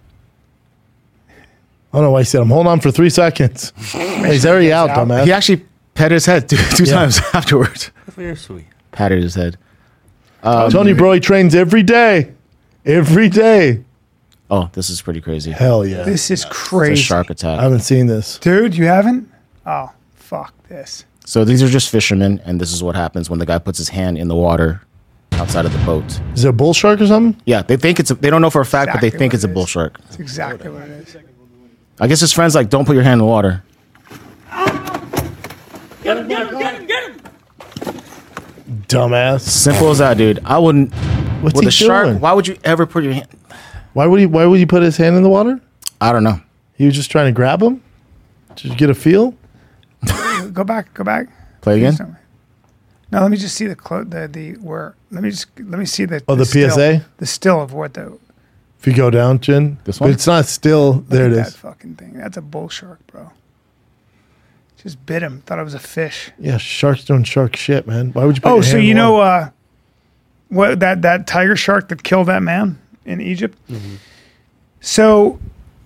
know why he said, I'm holding on for three seconds. he's already out, dumbass. He actually patted his head two, two Yeah. times afterwards. Very sweet. Patted his head. Tony, bro, he trains every day. Every day. Oh, this is pretty crazy. Hell yeah. This is It's a crazy, shark I attack. haven't seen this. dude. You haven't? Oh, fuck this. so these are just fishermen, and this is what happens when the guy puts his hand in the water outside of the boat. Is there a bull shark or something? Yeah, they think it's. A, they don't know for a fact, but Exactly they think what it's a it bull is. shark. That's exactly what it is. I guess his friends like don't put your hand in the water. Dumbass. Simple as that, dude. I wouldn't. What's With he a shark, doing? why would you ever put your hand? Why would he? Why would he put his hand in the water? I don't know. He was just trying to grab him. Did you get a feel? Go back. Go back. Play again. Something. No, let me just see the clo- the the where. Let me just let me see the. Oh, the still- PSA? The still of what the If you go down, Chin, This one? It's not still. There it that is. fucking thing. That's a bull shark, bro. Just bit him. Thought it was a fish. Yeah, sharks doing shark shit, man. Why would you? put Oh, your so hand in you the know water? uh, what that that tiger shark that killed that man in Egypt? So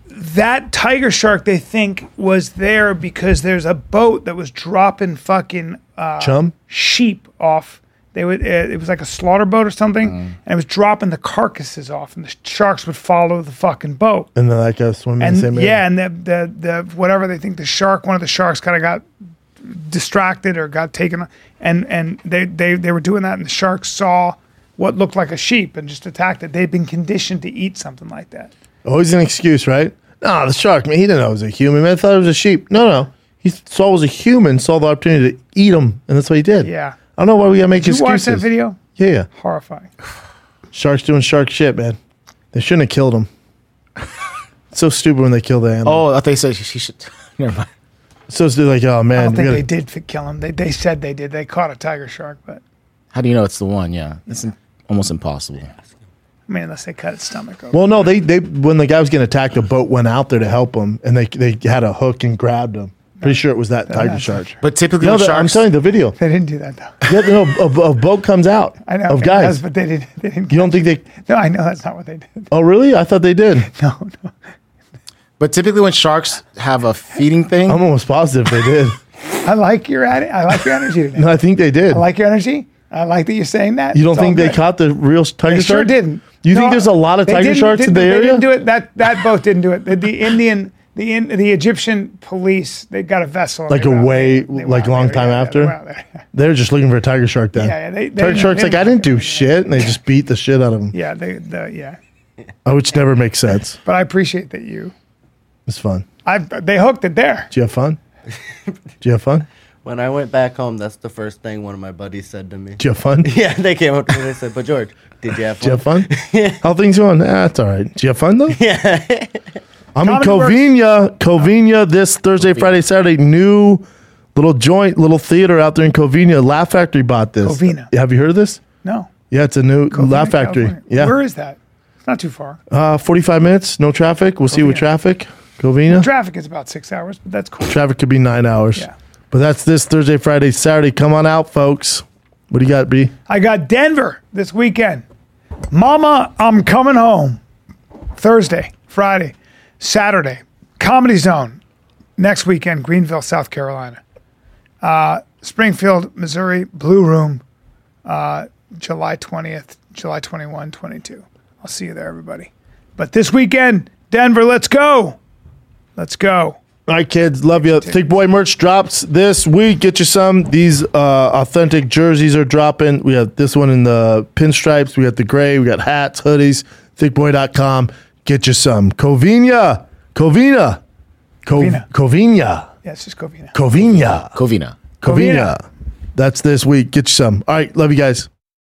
that tiger shark they think was there because there's a boat that was dropping fucking uh, chum. sheep off. They would uh, it was like a slaughter boat or something, and it was dropping the carcasses off, and the sharks would follow the fucking boat. And then that guy swimming in and the same area. yeah, and the, the the whatever they think the shark, one of the sharks kind of got distracted or got taken, and and they they they were doing that, and the shark saw what looked like a sheep and just attacked it. They'd been conditioned to eat something like that. Always Oh, an excuse, right? No, the shark, man, he didn't know it was a human, man. I thought it was a sheep. No, no. He saw it was a human, saw the opportunity to eat him, and that's what he did. Yeah. I don't know why we gotta make Did you watch excuses. that video? Yeah, yeah. Horrifying. Sharks doing shark shit, man. They shouldn't have killed him. so stupid when they kill the animal. Oh, I thought you said she should. Never mind. So it's like, oh man, I don't we think gotta- they did fi- kill him. They they said they did. They caught a tiger shark, but How do you know it's the one? Yeah, it's in- almost impossible. I mean, unless they cut its stomach open. Well, no, they they when the guy was getting attacked, the boat went out there to help him, and they they had a hook and grabbed him. Pretty sure it was that tiger shark. But typically, No, with the, I'm sharks, telling you the video. they didn't do that though. Yeah, no, a, a boat comes out I know of it guys. does, but they didn't. They didn't. you don't think they? No, I know that's not what they did. Oh, really? I thought they did. No, no. but typically when sharks have a feeding thing, I'm almost positive they did. I like your atti- I like your energy today. No, I think they did. I like your energy. I like that you're saying that. you don't It's all think they good. caught the real tiger They shark? sure didn't. You No, think there's a lot of they tiger didn't- sharks in the didn't- area? They didn't do it. That that boat didn't do it. The, the Indian, the in, the Egyptian police, they got a vessel. and Like they a were out way- there. They were like out long there. time Yeah, after? they were out there. They're just looking for a tiger shark then. Yeah, yeah, they- they- tiger they shark's didn't- like, I didn't do shit, and they just beat the shit out of him, Yeah, they, the, yeah. Oh, which never makes sense. But I appreciate that you. It's fun. I they hooked it there. Do you have fun? Do you have fun? When I went back home, that's the first thing one of my buddies said to me. Do you have fun? Do Yeah, they came up to me and they said, "But George, did you have you fun?" have fun? How things going? Ah, it's all right. Do you have fun though? Yeah. I'm in Comedy works. Covina, Covina this Thursday, Friday, Saturday. New little joint, little theater out there in Covina. Laugh Factory bought this. Covina. Have you heard of this? No. Yeah, it's a new Laugh Factory. California. Yeah. Where is that? It's not too far. Uh, 45 minutes, no traffic. We'll see with Covina. traffic. Covina. Traffic is about six hours, but that's cool. traffic could be nine hours. Yeah. But that's this Thursday, Friday, Saturday. Come on out, folks. What do you got, B? I got Denver this weekend. Mama, I'm coming home. Thursday, Friday, Saturday. Comedy Zone. Next weekend, Greenville, South Carolina. Uh, Springfield, Missouri, Blue Room, uh, July 20th, July 21, 22. I'll see you there, everybody. But this weekend, Denver, let's go. Let's go. All right, kids, love you. Thick Boy merch drops this week. Get you some. These uh, authentic jerseys are dropping. We have this one in the pinstripes. We got the gray. We got hats, hoodies. Thickboy.com. Get you some. Covina. Covina. Covina. Covina. Covina. Yeah, it's just Covina. Covina. Covina. Covina. That's this week. Get you some. All right, love you guys.